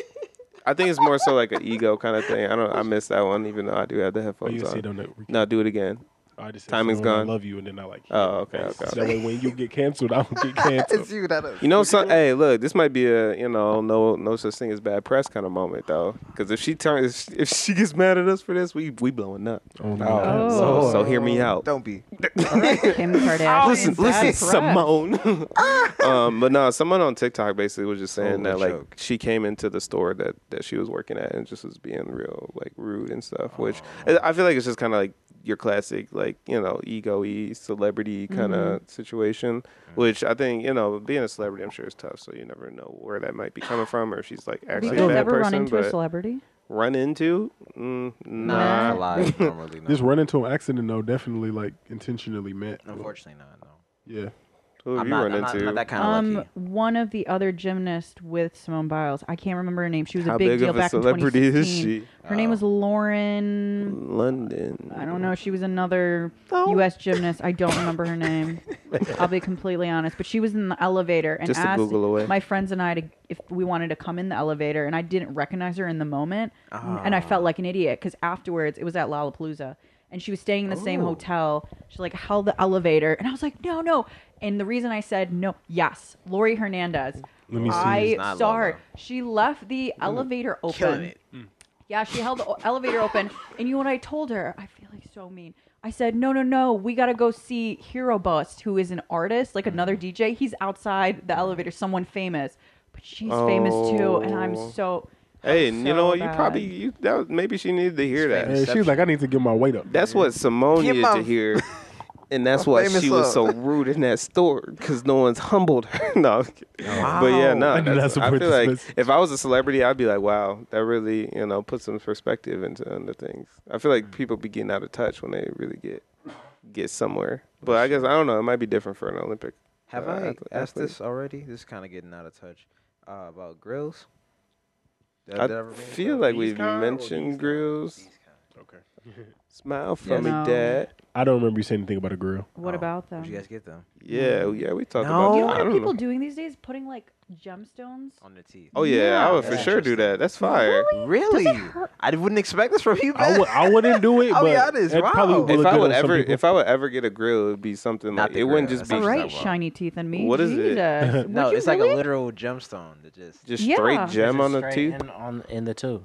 I think it's more so like an ego kind of thing. I don't I missed that one even though I do have the Oh, headphones you see, on. don't know. No, do it again. I just said Timing's Simone, gone. I love you, and then I like. you. Oh, okay, okay. So that way, when you get canceled, I don't [laughs] get It's canceled. you that is. You know, some, hey, look, this might be a you know no no such thing as bad press kind of moment though, because if she turns if she gets mad at us for this, we we blowing up. Oh, no. So, Oh. so hear me out. Don't be. [laughs] Kim Kardashian. listen, listen, Bad press. Simone. [laughs] Ah. um, but no, someone on TikTok basically was just saying Total that like Oh, joke. she came into the store that that she was working at and just was being real like rude and stuff, which Oh. I I feel like it's just kind of like your classic like you know ego-y celebrity kind of Mm-hmm. situation, Mm. which I think you know being a celebrity I'm sure is tough, so you never know where that might be coming from or if she's like Have you actually guys a bad ever person, run into a but celebrity? run into mm, Nah. nah. [laughs] Not alive normally. No. Just run into an accident though. Definitely like intentionally meant. Unfortunately, not. No. Yeah. Who have I'm you not, run I'm not, into? I'm not that kind of Um, lucky. one of the other gymnasts with Simone Biles. I can't remember her name. She was How a big, big deal of a back celebrity in is 2016. she? Uh. Her name was Lauren. London. I don't know. She was another Oh. U.S. gymnast. I don't remember [laughs] her name. I'll be completely honest. But she was in the elevator and Just to asked Google away. my friends and I to, if we wanted to come in the elevator, and I didn't recognize her in the moment, n- and I felt Ah. like an idiot because afterwards it was at Lollapalooza, and she was staying in the same hotel. She like held the elevator, and I was like, no, no. And the reason I said no, yes, Lori Hernandez. Let me It's see. I not saw Lola. her. She left the elevator open. Killing it. Yeah, she held the o- elevator open. And you know what I told her? I feel like so mean. I said, no, no, no. We got to go see Hero Bust, who is an artist, like Mm. another DJ. He's outside the elevator, someone famous. But she's famous too. And I'm Oh. so. Hey, I'm you so know, you bad. probably you that was- maybe she needed to hear that. It's Hey, she was like, I need to get my weight up. That's what Simone Get needed my- to [laughs] hear, and that's why famous she was so up. rude in that store because no one's humbled her. [laughs] no, I'm kidding. but yeah, no, I do not that's- I, feel support this like message. if I was a celebrity, I'd be like, wow, that really you know put some perspective into into things. I feel like people be getting out of touch when they really get get somewhere. But I guess I don't know. It might be different for an Olympic. Have uh, I athlete- asked athlete. this already? This is kind of getting out of touch. Uh, about grills. Did did I ever bring this feel up? like we've mentioned grills. Okay. Smile for Yes. me, No. Dad. I don't remember you saying anything about a grill. What Oh, about them? Did you You guys get them Yeah, yeah, we talked No. about. You that. Oh, I know what don't people know. doing these days? Putting like gemstones. on the teeth? Oh yeah, I would for That's sure do interesting. that. That's fire. really? I wouldn't expect this from you. I w- I wouldn't do [laughs] it, I'll be but honest, it wow. probably would Well, If look I good would on some ever, people. if I would ever get a grill, it'd be something Not like the it wouldn't grill, just be that's All Beach right, that well. shiny teeth and me. What is it? [laughs] Jesus. Would no, you it's like really? a literal gemstone that just. just Yeah. straight gem on the Straight teeth. in on in the tooth.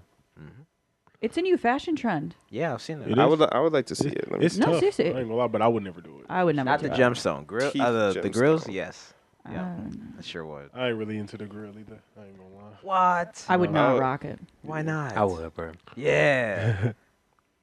It's a new fashion trend. Yeah, I've seen that. It I is. would, I would like to see it. Let me It's No, tough. seriously. I ain't gonna lie, but I would never do it. I would never. Not do the that. gemstone grill. Teeth Uh, the, the grills, gemstone. yes. Yeah, I sure would. I ain't really into the grill either. I ain't gonna lie. What? I would I not would- rock it. Why not? I would, bro. Yeah.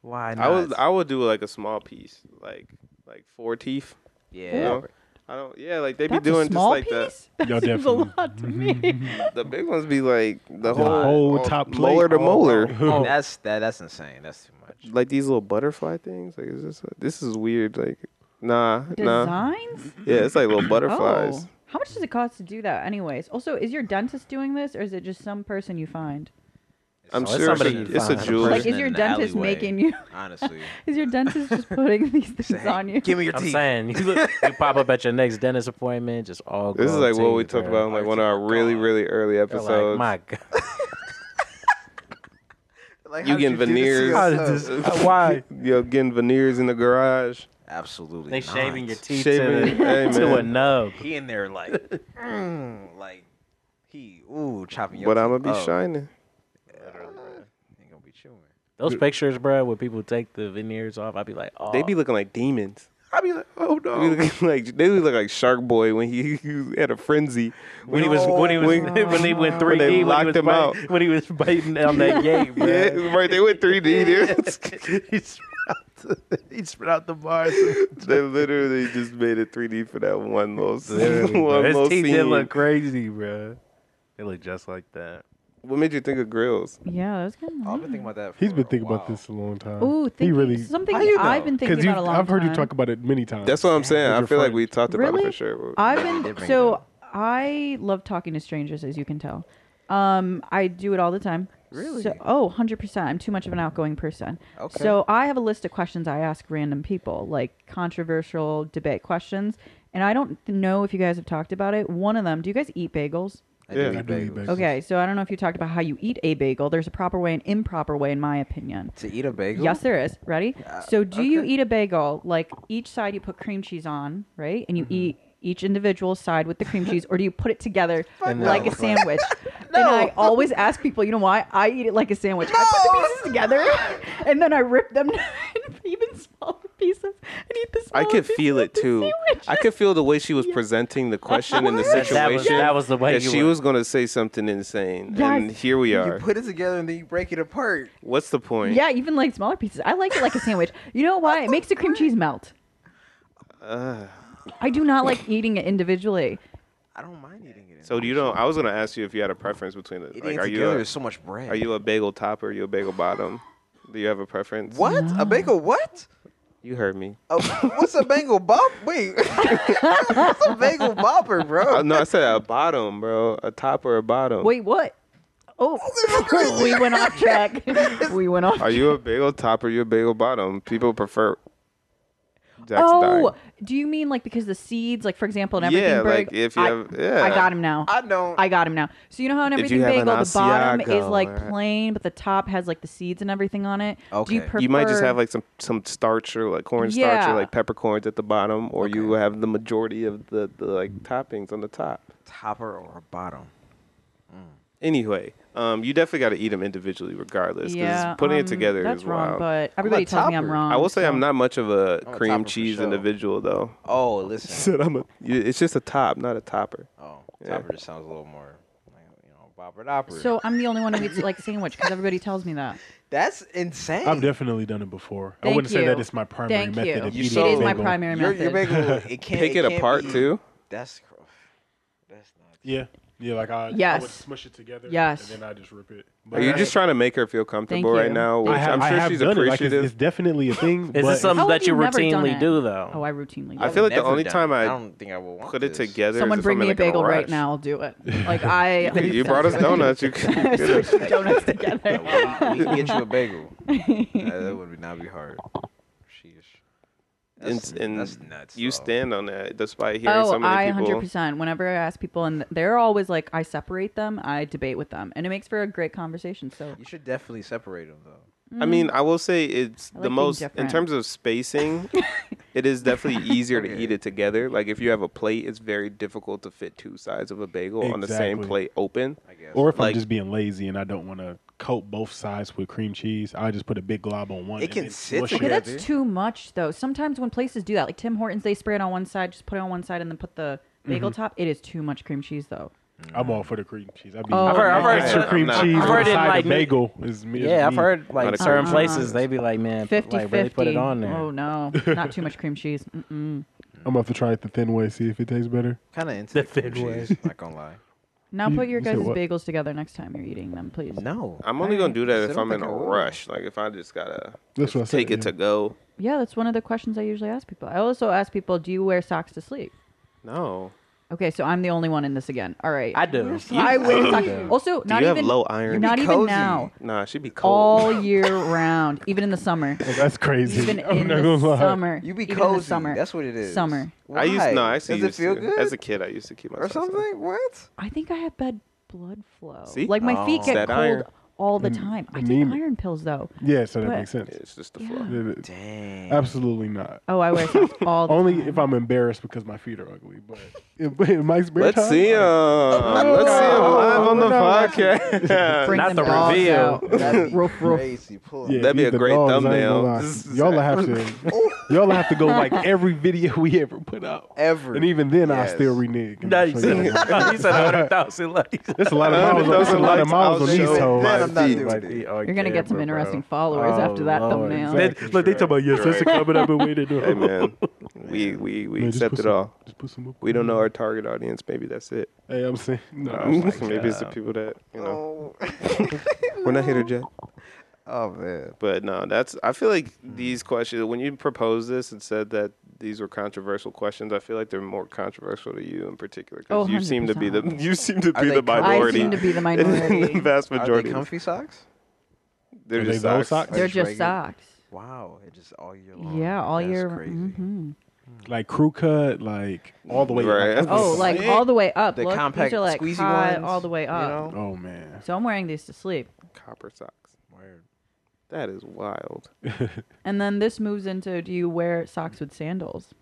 Why not? I would, I would do like a small piece, like like four teeth. yeah. [laughs] You know? I don't. Yeah, like they That's be doing a small just like piece. That Yo, seems definitely. Mm-hmm. a lot to me. [laughs] the the big ones be like the, whole, whole oh, top plate. molar to molar, [laughs] That's that. That's insane. That's too much. like these little butterfly things. Like is this this is weird. Like nah nah. Designs? Yeah, it's like little butterflies. Oh. How much does it cost to do that, anyways? Also, is your dentist doing this, or is it just some person you find? I'm So it's sure somebody it's, you it's a find. jeweler. Like, Person is your in the dentist alleyway. making you? [laughs] Honestly, Is your dentist just putting these things Say, on you? Give me your I'm teeth. saying you, look, you pop up at your next dentist appointment, just all. this is grown like what we teeth, talked bro. about in like one of our really really early You're like, episodes. my God, Like, you how getting did do this to veneers? [laughs] yourself? why? Yo, getting veneers in the garage. Absolutely. They shaving not. your teeth Shaving- to, Hey, the, [laughs] to a man. nub. He in there like, mm, like he ooh chopping your. But teeth Oh, I'm gonna be oh. up. shining. He gonna be chewing. Those pictures, bro, where people take the veneers off, I'd be like, oh, They be looking like demons. I be like, oh no. They be looking [laughs] like they look like Shark Boy when he, [laughs] he had a frenzy when he was when he was [laughs] when, he went three When [laughs] they D when, he locked was him bite- out. when he was biting [laughs] on that gate, bro. Yeah, right. They went 3D. Dude. he spread out the, he spread out the [laughs] bars. [laughs] they literally just made it 3D for that one little [laughs] Literally, scene. bro. one little His teeth did scene. look crazy, bro. They look just like that. What made you think of grills? Yeah, that was kind of. Oh, I've been thinking about that. For He's been a thinking about while. this a long time. Ooh, he thinking- really something How you I've know? been thinking because about a long I've heard time. you talk about it many Oh, times. That's what I'm saying. I With your feel like friend. we talked about it Really? for sure. I've did been bring it so up. I love talking to strangers, as you can tell. Um, I do it all the time. Really? So, oh, 100 percent. I'm too much of an outgoing person. Okay. So I have a list of questions I ask random people, like controversial debate questions, and I don't know if you guys have talked about it. One of them. Do you guys eat bagels? I do Yeah. eat I do eat bagels. bagels. Okay, so I don't know if you talked about how you eat a bagel. There's a proper way and improper way, in my opinion. To eat a bagel? Yes, there is. Ready? Uh, so, do you okay. eat a bagel? Like each side, you put cream cheese on, right? And you Mm-hmm. eat each individual side with the cream cheese, or do you put [laughs] it together And like no. a sandwich? And I always ask people, you know why? I eat it like a sandwich. I put the pieces together, [laughs] and then I rip them [laughs] into even smaller pieces and eat the I smaller could pieces feel with it Oh, the too. sandwich. I could feel the way she was presenting the question and the situation. That was, that was the way that you she were. was gonna say something insane, Yes. and here we You are. put it together and then you break it apart. What's the point? Yeah, even like smaller pieces. I like it like a sandwich. You know why? It makes [laughs] the cream cheese melt. I [laughs] do not like eating it individually. I don't mind eating it. So do you know? I was gonna ask you if you had a preference between the. Eating Like, it are you together a, is so much bread. are you a bagel top or are you a bagel bottom? Do you have a preference? what? A bagel what? You heard me. Oh, A, Oh, what's a bagel bop? Wait. [laughs] what's a bagel bopper, Uh, bro? no, I said a bottom, bro. A top or a bottom. Wait, what? [laughs] Oh, we went off track. we went off. Are you a bagel top or you a bagel bottom? People prefer. Jack's dying. oh, do you mean like because the seeds, like for example, in Yeah, everything like, burg- if you I, have- yeah. I got him now. I don't. I got him now. So you know how in If everything you have an bagel, the bottom is Asiago, like right. plain, but the top has like the seeds and everything on it. Do you, Okay. prefer... You might just have like some some starch or like corn starch Yeah. or like peppercorns at the bottom, or you have the majority of the, the like toppings on the top. Topper or bottom? Anyway, um, you definitely got to eat them individually, regardless. 'cause yeah, putting um, it together That's is wrong, wild. but um, everybody tells me I'm topper. wrong. I will say I'm so- not much of a I'm a cream topper for cheese sure. individual, though. [laughs] Oh, [laughs] listen. Said I'm a- you- It's just a top, not a topper. Oh, Yeah. topper just sounds a little more, like, you know, bopper dopper. So I'm the only one who eats like sandwich because everybody tells me that. that's insane. I've definitely done it before. I Thank wouldn't say that you. it's my primary Thank method you. of You eating sold it is a my bagel. primary your, method. your bagel, [laughs] it can't Pick it can't apart be- too. That's cr- that's not. Yeah, yeah. Like I, I would Yes. smush it together. Yes. and then I just rip it. Are But you I- just trying to make her feel comfortable Thank right you. now? Which I have, I'm I sure have she's done it. Like, it's, appreciative. it's definitely a thing. Is but this something How have that you you never done routinely it? do though? Oh, I routinely. I do feel like the it. Never only done time it. I don't think I will want put it this. together. is Someone if bring I'm me a like in bagel right rush. now. I'll do it. Like I. [laughs] You brought [laughs] us donuts. You [laughs] can Switch the donuts [laughs] together. Yeah, [laughs] we, we can get you a bagel. that, that would be, not be hard. Sheesh. That's, And- and that's nuts. you though. stand on that despite hearing Oh, so many I people. hundred percent. Whenever I ask people, and they're always like, I separate them, I debate with them, and it makes for a great conversation. So You should definitely separate them though. I mean, I will say it's Mm-hmm. like the being most in different. terms of [laughs] spacing. it is definitely easier to Okay. eat it together. Like if you have a plate, it's very difficult to fit two sides of a bagel on the same Exactly. plate open. I guess. or if like- I'm just being lazy and I don't want to coat both sides with cream cheese, I just put a big glob on one. It and can then sit smush it. okay, Yeah, that's dude. too much though. Sometimes when places do that, like Tim Hortons, they spray it on one side, just put it on one side, and then put the bagel Mm-hmm. top. It is too much cream cheese though. I'm all for the cream cheese. I'd be Oh, I've heard- I've heard- extra cream I'm not- cheese I've on heard the it, side like, of bagel. Is, me- is Yeah, I've me. heard Not like uh-huh. a certain cream places cheese. they be like, man, put- 50 [laughs] like really put it on there. Oh no, not too much cream cheese. Mm-mm. I'm about to try it the thin way, see if it tastes [laughs] better. Kind of into the thin way. cheese. Not gonna lie. Now You- put [laughs] your you said guys' what? bagels together next time you're eating them, [laughs] please. No. I'm only gonna do that Alright, if so I'm don't in a think I will. rush. Like if I just gotta That's what I said. take it to yeah. go. Yeah, that's one of the questions I usually ask people. I also ask people, do you wear socks to sleep? No. Okay, so I'm the only one in this again. All right. I do. I [laughs] wear socks. Also, Do not you even have low iron? not even cozy. now. nah, she'd be cold. All year round, even in the summer. Oh, that's crazy. Even [laughs] I'm in not gonna the lie. summer. You be even in cozy. the summer. That's what it is. Summer. I used no, I Why? used to Does it use feel to- good as a kid. I used to keep my or something? What? I think I have bad blood flow. See? Like my feet Oh. get That cold iron. all the time. I the take meme- iron pills though. Yeah, so that But- Oh, makes sense. It's just the Yeah. flow. It- it- [laughs] Dang. Absolutely not. Oh, I wear socks all the Only time. if I'm embarrassed because my feet are ugly. But [laughs] in, in my spare Let's time, see him. Oh, Let's see him live on the podcast. [laughs] [laughs] Bring Not them the dogs reveal. out. That'd be Roof, roof. crazy. Pull up. Yeah, That'd be these a the great dogs, I ain't gonna thumbnail. lie. This is- Y'all have to, [laughs] [laughs] y'all have to go like every video we ever put out, Ever. and even then I Yes. still renege. and No, show you y'all. said, [laughs] you said 100,000 likes. [laughs] It's a lot of miles. Those It's a are lot of lights miles on out these show. hoes. Man, I'm not Like, doing it. You're gonna get some interesting followers after that thumbnail. They, Exactly. look, they talking about yes, that's Right. coming up and waiting. Hey [laughs] [laughs] man, we we we Man, just accept put it some- Mm. all. Just put some. We don't know our target audience. Maybe that's it. Hey, I'm saying. No, [laughs] Maybe I'm saying- it's the people that you know. Oh. We're not here to judge. oh man. But no, that's. I feel like Mm. these questions. When you proposed this and said that these were controversial questions, I feel like they're more controversial to you in particular because Oh, you seem to be the [laughs] 100%. you seem to Are be they the com- I minority. [laughs] seem to be the the minority. vast Are they majority. comfy socks? They're Are just they those socks. socks? They're Just just regular- socks. Wow. It just all year long. Yeah, all Oh, That's year. Crazy. mhm. like crew cut, like all the way. Right. Like, Oh, like all the way up. The Look, compact, these are like squeezy high ones, all the way you up. know? Oh man. So I'm wearing these to sleep. Copper socks. Word. That is wild. And then this moves into do you wear socks with sandals?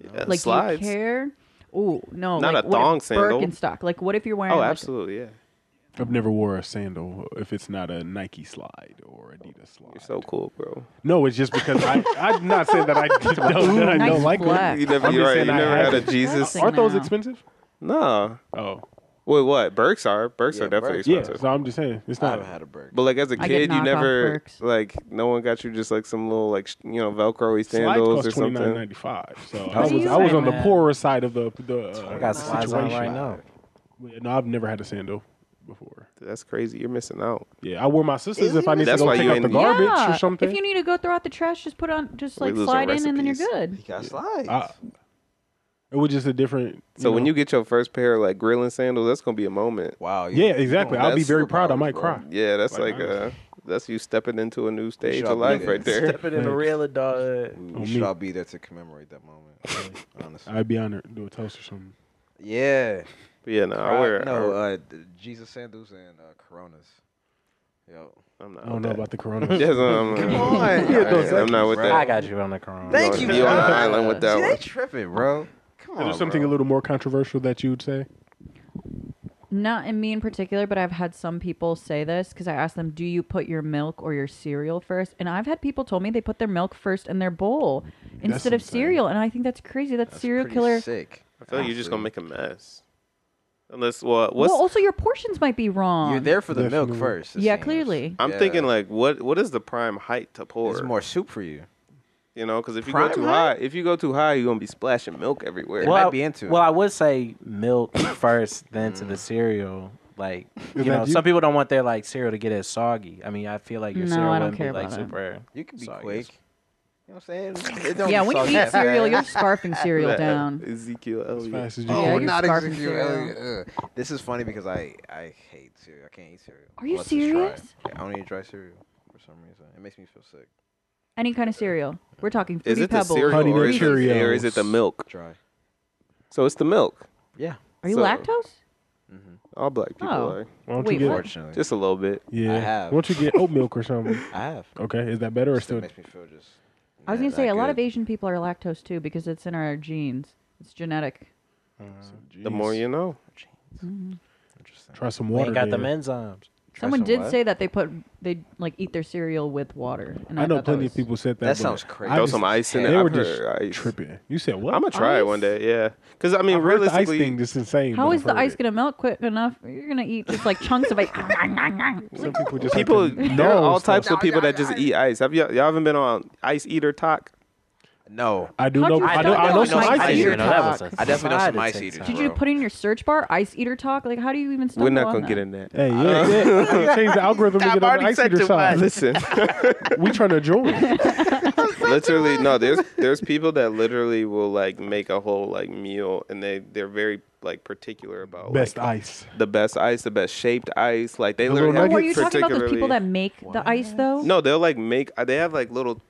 Yeah, Like Uh, slides. do you care? Oh no, Not like, a what if thong sandal. Birkenstock. Like what if you're wearing Oh, like, absolutely. Yeah. I've never wore a sandal if it's not a Nike slide or Adidas slide. You're so cool, bro. No, it's just because I. I'm not saying that I don't, that I Nice don't like flex. them. You never, I'm you're just right. You saying I never had a haven't. Jesus. Flexing. Aren't those now. expensive? No. Oh, Wait, what? Burks are. Burks Yeah, are definitely Birks. yeah. expensive. So I'm just saying it's I not. haven't had a burger. But like as a I get kid, you knockoff never Birks. like no one got you just like some little like sh- you know velcroy Slides sandals cost or twenty nine something. ninety five. So are I was you I was saying, on the man? poorer side of the the uh, I got slides on situation. right now. No, I've never had a sandal before. That's crazy. You're missing out. Yeah, I wore my sisters Isn't if I need to That's go why pick you up the ain't- garbage yeah. or something. If you need to go throw out the trash, just put on just We like lose our slide in and then you're recipes. good. He got slides. I- it was just a different. So when know- you get your first pair of like grilling sandals, that's gonna be a moment. wow. you- yeah, you exactly. going I'll be back very super proud. I hours, might bro. cry. Yeah, that's Like, like uh that's you stepping into a new stage shall of life be right there. there. Stepping in the real We, dog. Oh, we me. should all be there to commemorate that [laughs] moment. honestly. I'd be honored to do a toast or something. yeah. But [laughs] yeah, no, I Cro- wear. no, I, uh, d- Jesus sandals and uh, Coronas. Yo. am not. I don't with know that. [laughs] about the corona. Yes, I'm, [laughs] [laughs] Come uh, on. all right, Yeah, those I'm not with Right. I that. got you on the Corona. Thank gonna you, be on an man. island with that See, they one. tripping, bro. Come Is Oh, on. there something bro. a little more controversial that you would say? Not in me in particular, but I've had some people say this because I asked them, "Do you put your milk or your cereal first? And I've had people told me they put their milk first in their bowl instead of insane. cereal, and I think that's crazy. That's, That's serial pretty killer. Sick. I feel like you're just gonna honestly. make a mess. Unless what? What's? well, also your portions might be wrong. You're there for the Definitely. milk first. it Yeah, seems. clearly. I'm Yeah. thinking like what? What is the prime height to pour? It's more soup for you. You know, because if you Prime go too high, height? if you go too high, you're gonna be splashing milk everywhere. Well, might be into it. Well, I would say [coughs] milk first, then to Mm. the cereal. Like that you know, you? some people don't want their like cereal to get as soggy. I mean, I feel like your No, cereal I don't wouldn't be care like about it. super. You can be soggy. quick. You know what I'm saying? [laughs] It don't yeah, be when you salty eat as hell. [laughs] cereal, you're scarfing [laughs] cereal down. Ezekiel As Elliott. fast as you Yeah, Oh, you're can. not scarfing Ezekiel cereal. Elliott. Ugh. This is funny because I I hate cereal. I can't eat cereal. Are you unless it's dry. serious? Yeah, I don't eat dry cereal for some reason. It makes me feel sick. Any kind of cereal. We're talking Is fruity it the pebbles. cereal Honey or Nut is it, or is Cheerios. it the milk? Dry. So it's the milk. Yeah. Are you So- lactose? All black people Oh. are Why don't Wait, you get? what? Unfortunately. just a little bit. Yeah. I have. Why don't you get oat milk or [laughs] something? I have. Okay, is that better or Still still? makes me feel just. I was not- gonna say not a lot of good. Asian people are lactose too because it's in our genes. It's genetic. The more you know. Interesting. Try some We water. ain't got them then. enzymes. Try Someone some did what? say that they put they like eat their cereal with water. And I, I know thought that plenty was- of people said that. That but sounds crazy. I Throw just- some ice in it. They I've were just heard ice. tripping. You said what? I'm gonna try it one Ice? day. Yeah, because I mean, I've heard the ice realistically, thing just insane. How but is I've the heard ice it. gonna melt quick enough? You're gonna eat just like [laughs] chunks of ice. Some people just people Like to [laughs] there are know all stuff. types of people that just eat ice. Have y'all, y'all haven't been on Ice Eater Talk? No. I do How'd know. you I, stop know I that know with some Mike ice Tyson? didn't eaters. even know that was a I definitely know some side ice of eaters. TikTok. Did you Bro. put in your search bar ice eater talk? Like, how do you even? We're not going gonna to get in that. Hey, yeah, yeah. You change the algorithm to I've get on the already ice said eater too much. side. [laughs] Listen, [laughs] We trying to join. literally, no. There's there's people that literally will like make a whole like meal, and they they're very like particular about Best like, ice. the best ice, the best shaped ice. Like they The literally little have Were nuggets? you talking about the people particularly- that make the ice though? No, they'll like make. uh, They have like little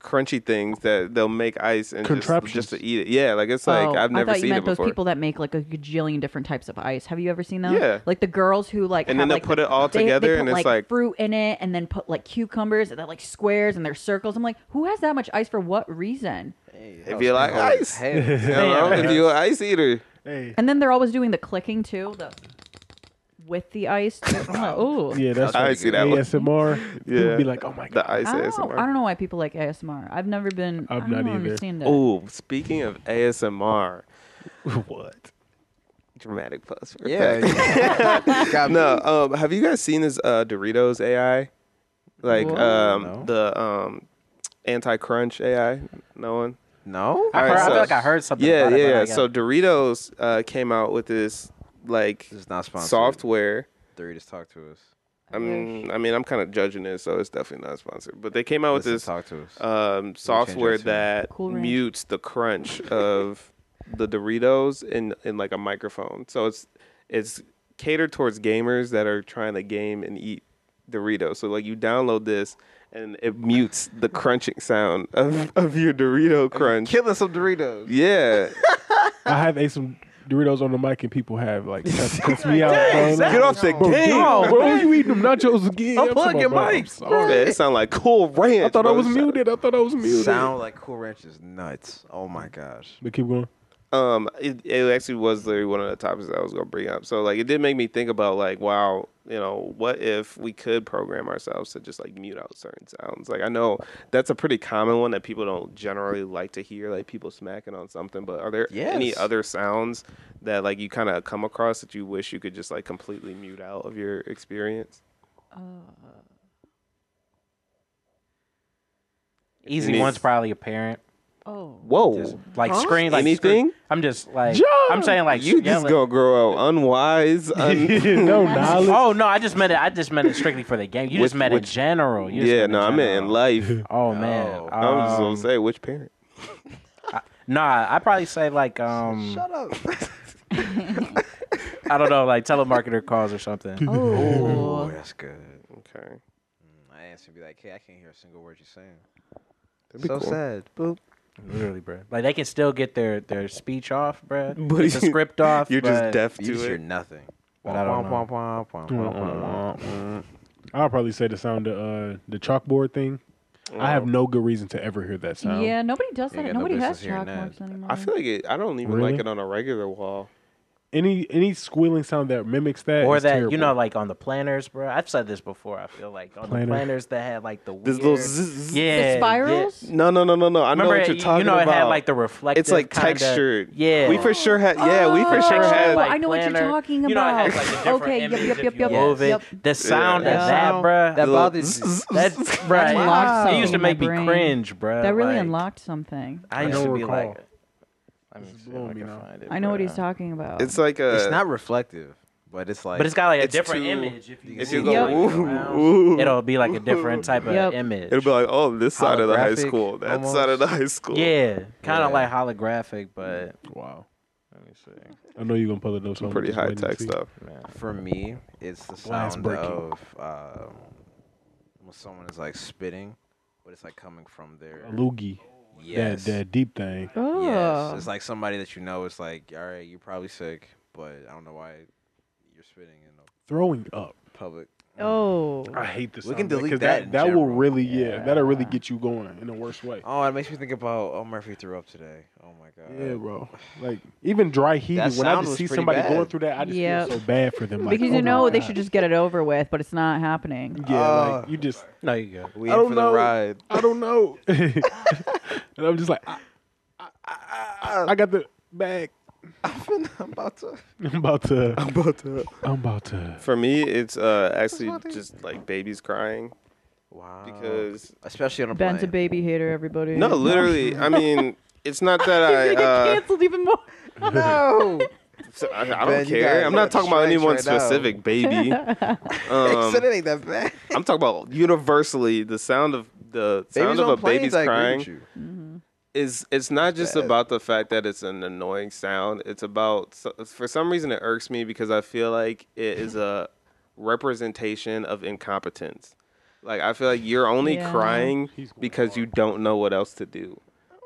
crunchy things that they'll make ice and just- Contraptions. just, to eat it. Yeah, like it's like Oh, I've never I thought seen you it meant before. those people that make like a gajillion different types of ice. Have you ever seen them? Yeah. Like the girls who like And have, then they'll like, put the- it all they- they together put, and it's like- fruit in it, and then put like cucumbers and they're like squares and they're circles. I'm like, who has that much ice for what reason? if you like ice, Hey, [laughs] you know, if you're an ice eater, Hey. And then they're always doing the clicking too, the with the ice. [laughs] too. I'm like, oh, Yeah, that's I right. see that one. ASMR. People Yeah. be like, oh my god. the ice I don't, I ASMR. don't know why people like ASMR. I've never been. I'm I do not not either. understand it. Oh, speaking of ASMR, [laughs] what? dramatic pause. for a [laughs] Yeah. fact. you [laughs] got me. No, um, have you guys seen this uh, Doritos AI? Like Whoa. um, No. the um, anti-crunch AI? No one. No. I, All heard, right, I so- feel like I heard something. yeah, about it, yeah, but I yeah. got- So Doritos uh, came out with this like This is not sponsored. software. Doritos talk to us. I mean, I mean, I'm kind of judging it, so it's definitely not sponsored. But they came out with Listen, this talk to us. um, software our tune. that Cool Ranch. mutes the crunch of the Doritos in in like a microphone. So it's it's catered towards gamers that are trying to game and eat Doritos. So like you download this and it mutes the crunching sound [laughs] of, of your Dorito crunch. Killing some Doritos. Yeah. I have ate some Doritos on the mic and people have like cussed cussed me out. bro. Get off the Bro, game. dog, bro, you eating them nachos again? I'm talking about, bro, I'm Yeah, sorry. it sound like cool ranch. I thought I bro. was muted. I thought I was muted. Sound like Cool Ranch is nuts. Oh my gosh. But keep going. [laughs] um it, it actually was literally one of the topics that i was going to bring up so like it did make me think about like wow you know what if we could program ourselves to just like mute out certain sounds like i know that's a pretty common one that people don't generally like to hear like people smacking on something but are there any Yes. other sounds that like you kind of come across that you wish you could just like completely mute out of your experience easy one's probably apparent. Oh, whoa Just like screen, like screen- Anything? I'm just like John, I'm saying like you just yelling- gonna grow up unwise [laughs] un- no knowledge. Oh no, I just meant it. I just meant it strictly for the game. You Which- just meant in which- general. You just yeah meant no i meant in general. life Oh man, um, i was just gonna say which parent nah. I probably say like um. Shut up. [laughs] I don't know, like telemarketer calls or something. Oh, oh, that's good. okay I answer be like, hey, I can't hear a single word you're saying. That'd be so cool. sad. Boop. Literally, bro. Like they can still get their their speech off, bro. Get the script off. You're just but- deaf You just to hear it. nothing. But I don't know. I'll probably say the sound of uh, the chalkboard thing. I Oh. Um, have no good reason to ever hear that sound. yeah. Nobody does You ain't that. got no Nobody has business hearing chalk that. marks anymore. I feel like it, I don't even Really? like it on a regular wall. Any any squealing sound that mimics that Or is that terrible. you know, like on the planners, bro. I've said this before. I feel like on Planner. the planners that had like the weird, This little zzz. yeah the spirals. Yeah. No, no, no, no, no. I Remember, know what it- you're talking you know, about. it had like the reflective. it's like kinda- textured. Yeah, We for sure had. Yeah, we for Oh, sure Textured, had. I know what you're planner. talking You know, it has, about. like, the different Okay, yep, images yep, if yep, you yep, move it. yep. The sound Yeah. of that, bruh. That Little bothers zzz, me. zzz. [laughs] That, [laughs] bruh, unlocked it something used to in my make me brain. cringe, bruh. That really like, unlocked something. I I used to don't be recall. like, let me see if blowing I me can now. find it, I know what bruh. he's talking about. It's like a. It's not reflective, but it's like. But it's got like a It's different too- image. If you, If you zoom go, Yep. it around, ooh, ooh, it'll be like a different type of Yep. image. it'll be like, oh, this side of the high Holographic, school, that almost. side of the high school. yeah, kind Yeah. of like holographic, but wow. let me see. I know you're gonna pull it up. so I'm Pretty just high waiting to tech see. stuff. For me, it's the Glass sound breaking. of um, when someone is like spitting, but it's like coming from their. A loogie. Yes. That that deep thing. oh, Yes. It's like somebody that you know is like, all right, you're probably sick, but I don't know why you're spitting in the Throwing up. public. oh, I hate this. We can delete that that. in That will general. really yeah, That'll really get you going in the worst way. Oh, it makes me think about oh Murphy threw up today. Oh my god. Yeah, bro. Like even dry heat. That When I sound just was see pretty somebody bad. going through that, I just Yep. feel so bad for them. Like, because oh my you know they God. should just get it over with, but it's not happening. Yeah, Uh, like you just. No, you go. We I in don't for know. the ride. I don't [laughs] know. and I'm just like, I, I, I, I got the bag. [laughs] I'm about [laughs] to. I'm about to. [laughs] I'm about to. I'm about to. For me, it's uh, actually just like babies crying. Wow. because especially on a Ben's a plane. baby hater, everybody. no, [laughs] literally. I mean, it's not that [laughs] I. You're gonna get Uh, canceled even more. [laughs] Um, no. so I, I don't Ben, you care. got- I'm you not got talking about strength anyone right now. specific, baby. [laughs] Um, Exit it ain't that bad. [laughs] I'm talking about universally. The sound of the sound Babies of a on planes, baby's I agree crying. with you. is it's not just bad. about the fact that it's an annoying sound. It's about so- for some reason it irks me because I feel like it is [laughs] a representation of incompetence. Like I feel like you're only Yeah. crying He's going because you don't know what else to do.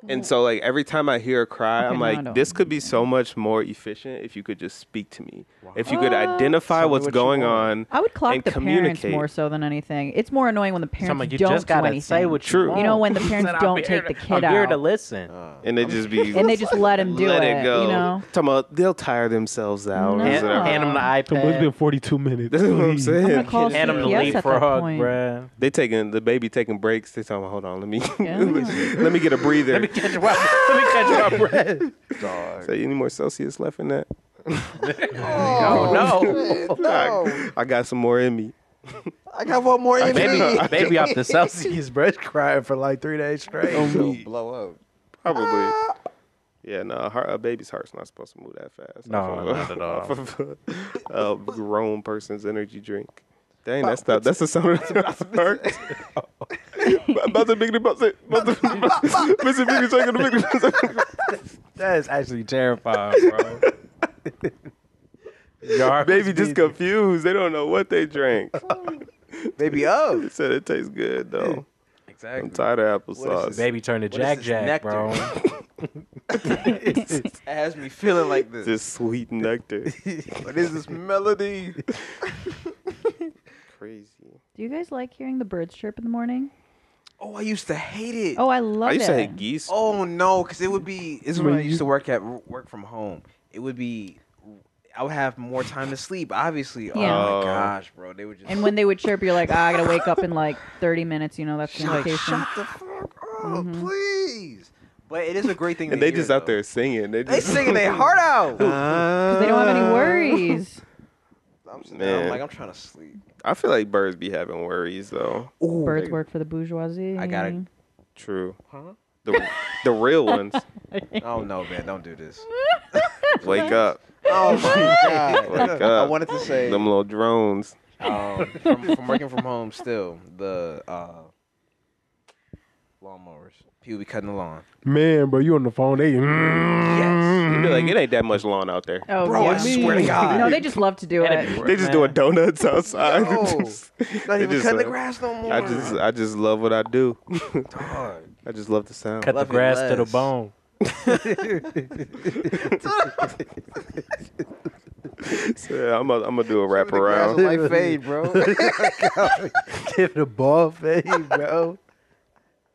And so like every time I hear a cry, Okay, I'm no, I like don't this could be so much more efficient if you could just speak to me. If you could Wow. identify Tell me what's what you going want. on. I would clock and the parents communicate. more so than anything. It's more annoying when the parents I'm like, you don't just do gotta anything. say what True. you want. You know, when the He parents [laughs] said, I'm don't here take to- the kid I'm here to out. listen. And they just be and they just let him do let it. it, go. You know, Talking about they'll tire themselves out. No. or Hand, whatever. hand him the So it's been iPad. 42 minutes. That's what I'm [laughs] Please. saying. [laughs] I'm gonna call Hand him the CPS leaf at that frog, point. bruh. They taking the baby taking breaks. They talking about hold on, let me [laughs] Yeah. let me get a breather. Let me catch my, let me catch my breath. Dog. Say any more Celsius left in that? Oh, no. [laughs] no. I got some more in me. I got one more in me. [laughs] [laughs] Baby, baby off the Celsius breast crying for like three days straight. It'll blow up. Probably. Ah. Yeah, no, her, a baby's heart's not supposed to move that fast. No, Off not at [laughs] all. off of a, a grown person's energy drink. Dang, that's the that's the sound of the heart. [laughs] About to big about to about to Mr. Biggie shaking the big That is actually terrifying, bro. Your heart Baby must just be- confused. They don't know what they drank. [laughs] Baby [laughs] up. They said it tastes good though. I'm Exactly. tired of What is applesauce. this? Baby turned to What is Jack this Jack, nectar? [laughs] bro. has me feeling [laughs] like this. [laughs] This sweet nectar. what is this [laughs] melody? Crazy. Do you guys like hearing the birds chirp in the morning? Oh, I used to hate it. Oh, I love I used it. to hate geese. Oh no, because it would be. This is When when I you- used to work at work from home. It would be. I would have more time to sleep. Obviously. Oh Yeah. my gosh, bro, they would just. [laughs] and when they would chirp, you're like, ah, I gotta wake up in like 30 minutes. You know, that's the Mm-hmm. shut, indication. shut the fuck up, please. But it is a great thing. and to they hear, just out though. there singing. They They just [laughs] singing their heart [laughs] out. Because they don't have any worries. I'm, sitting there, I'm Ah. Man. like, I'm trying to sleep. I feel like birds be having worries though. Ooh, Birds work for the bourgeoisie. I gotta- True. Huh? The the real [laughs] ones Oh no, man, don't do [laughs] this. wake up. Oh my god. Wake I up. wanted to say Them little drones. um, from, from working from home still the uh, lawnmowers. People be cutting the lawn. Man, bro, you on the phone. They, Yes. You be [laughs] like, it ain't that much lawn out there. Oh, Bro, I yeah. swear [laughs] to God. No, they just love to do it. They just doing donuts outside. [laughs] Yo, Not They even just, cutting uh, the grass no more. I just I just love what I do. [laughs] Dog. I just love the sound. Cut the Love it grass to the less. bone. [laughs] Yeah, I'm gonna I'm gonna do a wrap The grass around. was like fade, [laughs] bro. Give the ball fade, bro.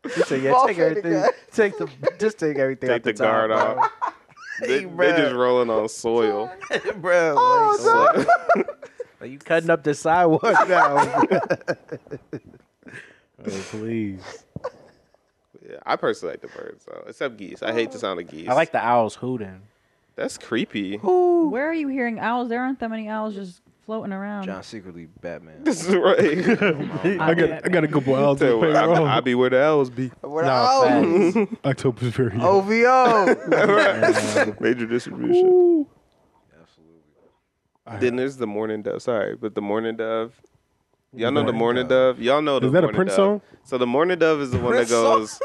He said, yeah, Ball take fade everything. again. [laughs] Take the just take everything. Take out the top, guard bro. off. [laughs] They, they bruh. just rolling on [laughs] soil. [laughs] bro. like, So- Are you cutting up the sidewalk now? oh, please. Yeah, I personally like the birds though, except geese. I hate the sound of geese. I like the owls hooting. that's creepy. Where are you hearing owls? There aren't that many owls just floating around. John secretly [laughs] Batman. This is [laughs] right. I, got, I got a couple hours. Tell you what, I, I I, be where the owls [laughs] be. What No, else? Oh, October's very Oh. young. OVO. [laughs] Major distribution. Absolutely. Then there's the morning dove. Sorry, but the morning dove. Y'all know the morning Morning dove. Y'all know the that a morning Prince dove. song? So the morning dove is the one that Prince song? goes,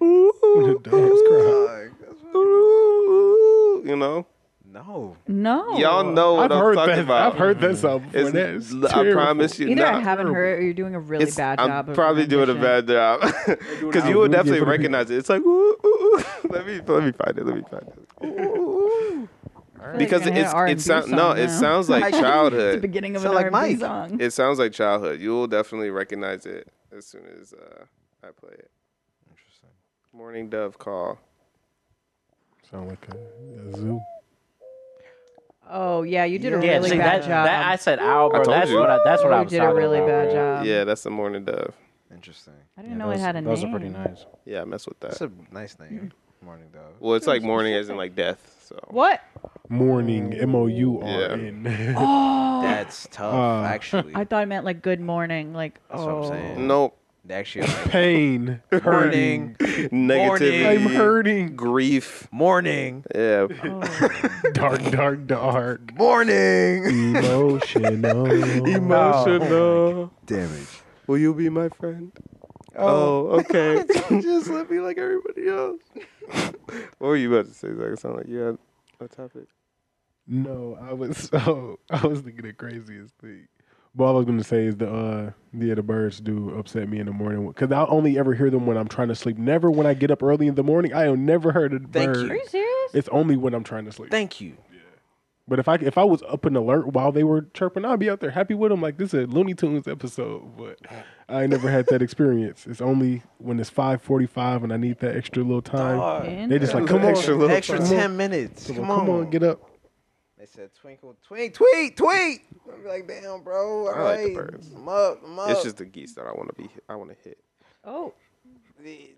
The dogs cry. [laughs] Dog, that's [laughs] what- "Ooh," you know. No. No. Y'all know what Oh. I've am heard talking that. about. I've heard that song before. It's- That is I terrible. promise you. Either nah, I haven't heard or you're doing a really it's- bad job. I'm of probably doing a bad rendition. job [laughs] because you I'll would do it for definitely the recognize it. It's like, ooh, ooh, [laughs] ooh. let me let me find it. Let me find it. I feel like Because I'm gonna it's hit an it R&B sounds song no, it [laughs] now. sounds like It's the childhood. beginning of Sound an like R&B Mike. song. It sounds like childhood. You will definitely recognize it as soon as uh, I play it. Interesting. Morning dove call. Sound like a, a zoo. oh yeah, you did a Yeah, really see bad that, job. that I said owl, bro. told That's you. what I that's what I you was did a talking really about, bad bro. job. yeah, that's the morning dove. Interesting. I didn't Yeah, know those, it had a those name. are pretty nice. Yeah, I mess with that. That's a nice name. Morning dog. Well, it's like mourning as in like death. So What? Morning, M O U Yeah. R N. [laughs] Oh, That's tough, Uh, actually. I thought it meant like good morning. Like, That's what oh, I'm saying. Nope. Actually, like, Pain, morning, Negativity. I'm [laughs] hurting. Grief. morning, [laughs] Yeah. oh. Dark, dark, dark. morning. Emotional. Oh Damage. Will you be my friend? Oh, okay. [laughs] Just let me like everybody else. [laughs] what were you about to say? Zach? It sounded like you had a topic. No, I was so I was thinking the craziest thing. But all I was gonna say is the uh yeah the birds do upset me in the morning because I only ever hear them when I'm trying to sleep. Never when I get up early in the morning. I have never heard a Thank bird. Are you serious? It's only when I'm trying to sleep. Thank you. but if I if I was up and alert while they were chirping, I'd be out there happy with them. Like this is a Looney Tunes episode, but I ain't never had that experience. It's only when it's five forty five and I need that extra little Oh, time. Dog. They just like come on, Extra Extra, little time. ten minutes. come Come on, come on, get up. They said twinkle, tweet, tweet, tweet. I'm like, damn, bro. All I like the right. birds. I'm up. I'm up. It's just the geese that I want to be. I want to hit. Oh, The-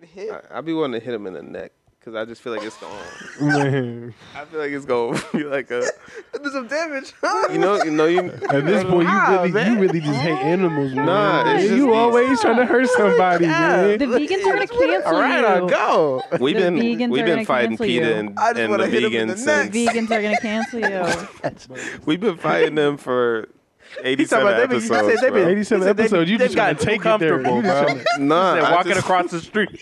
the hit. I, I be wanting to hit him in the neck because I just feel like it's going. Man. I feel like it's going to [laughs] be like a. There's some damage. [laughs] You know. You know. [laughs] You. At this point, you Wow, really, man. you really just hate animals, man. Nah, it's you just- always trying to hurt somebody, the man. vegans are gonna cancel you. go. We've The been vegans we've are been gonna fighting cancel PETA you. and, I just and the wanna hit 'em in vegans the since Vegans are gonna cancel you. we've been fighting them for eighty talking seven about they be- I episodes. said they bro. been- Eighty-seven He said they- episodes. You they just gotta got take it there. comfortable, You just bro. tryna- Nah, I walking just- across the street.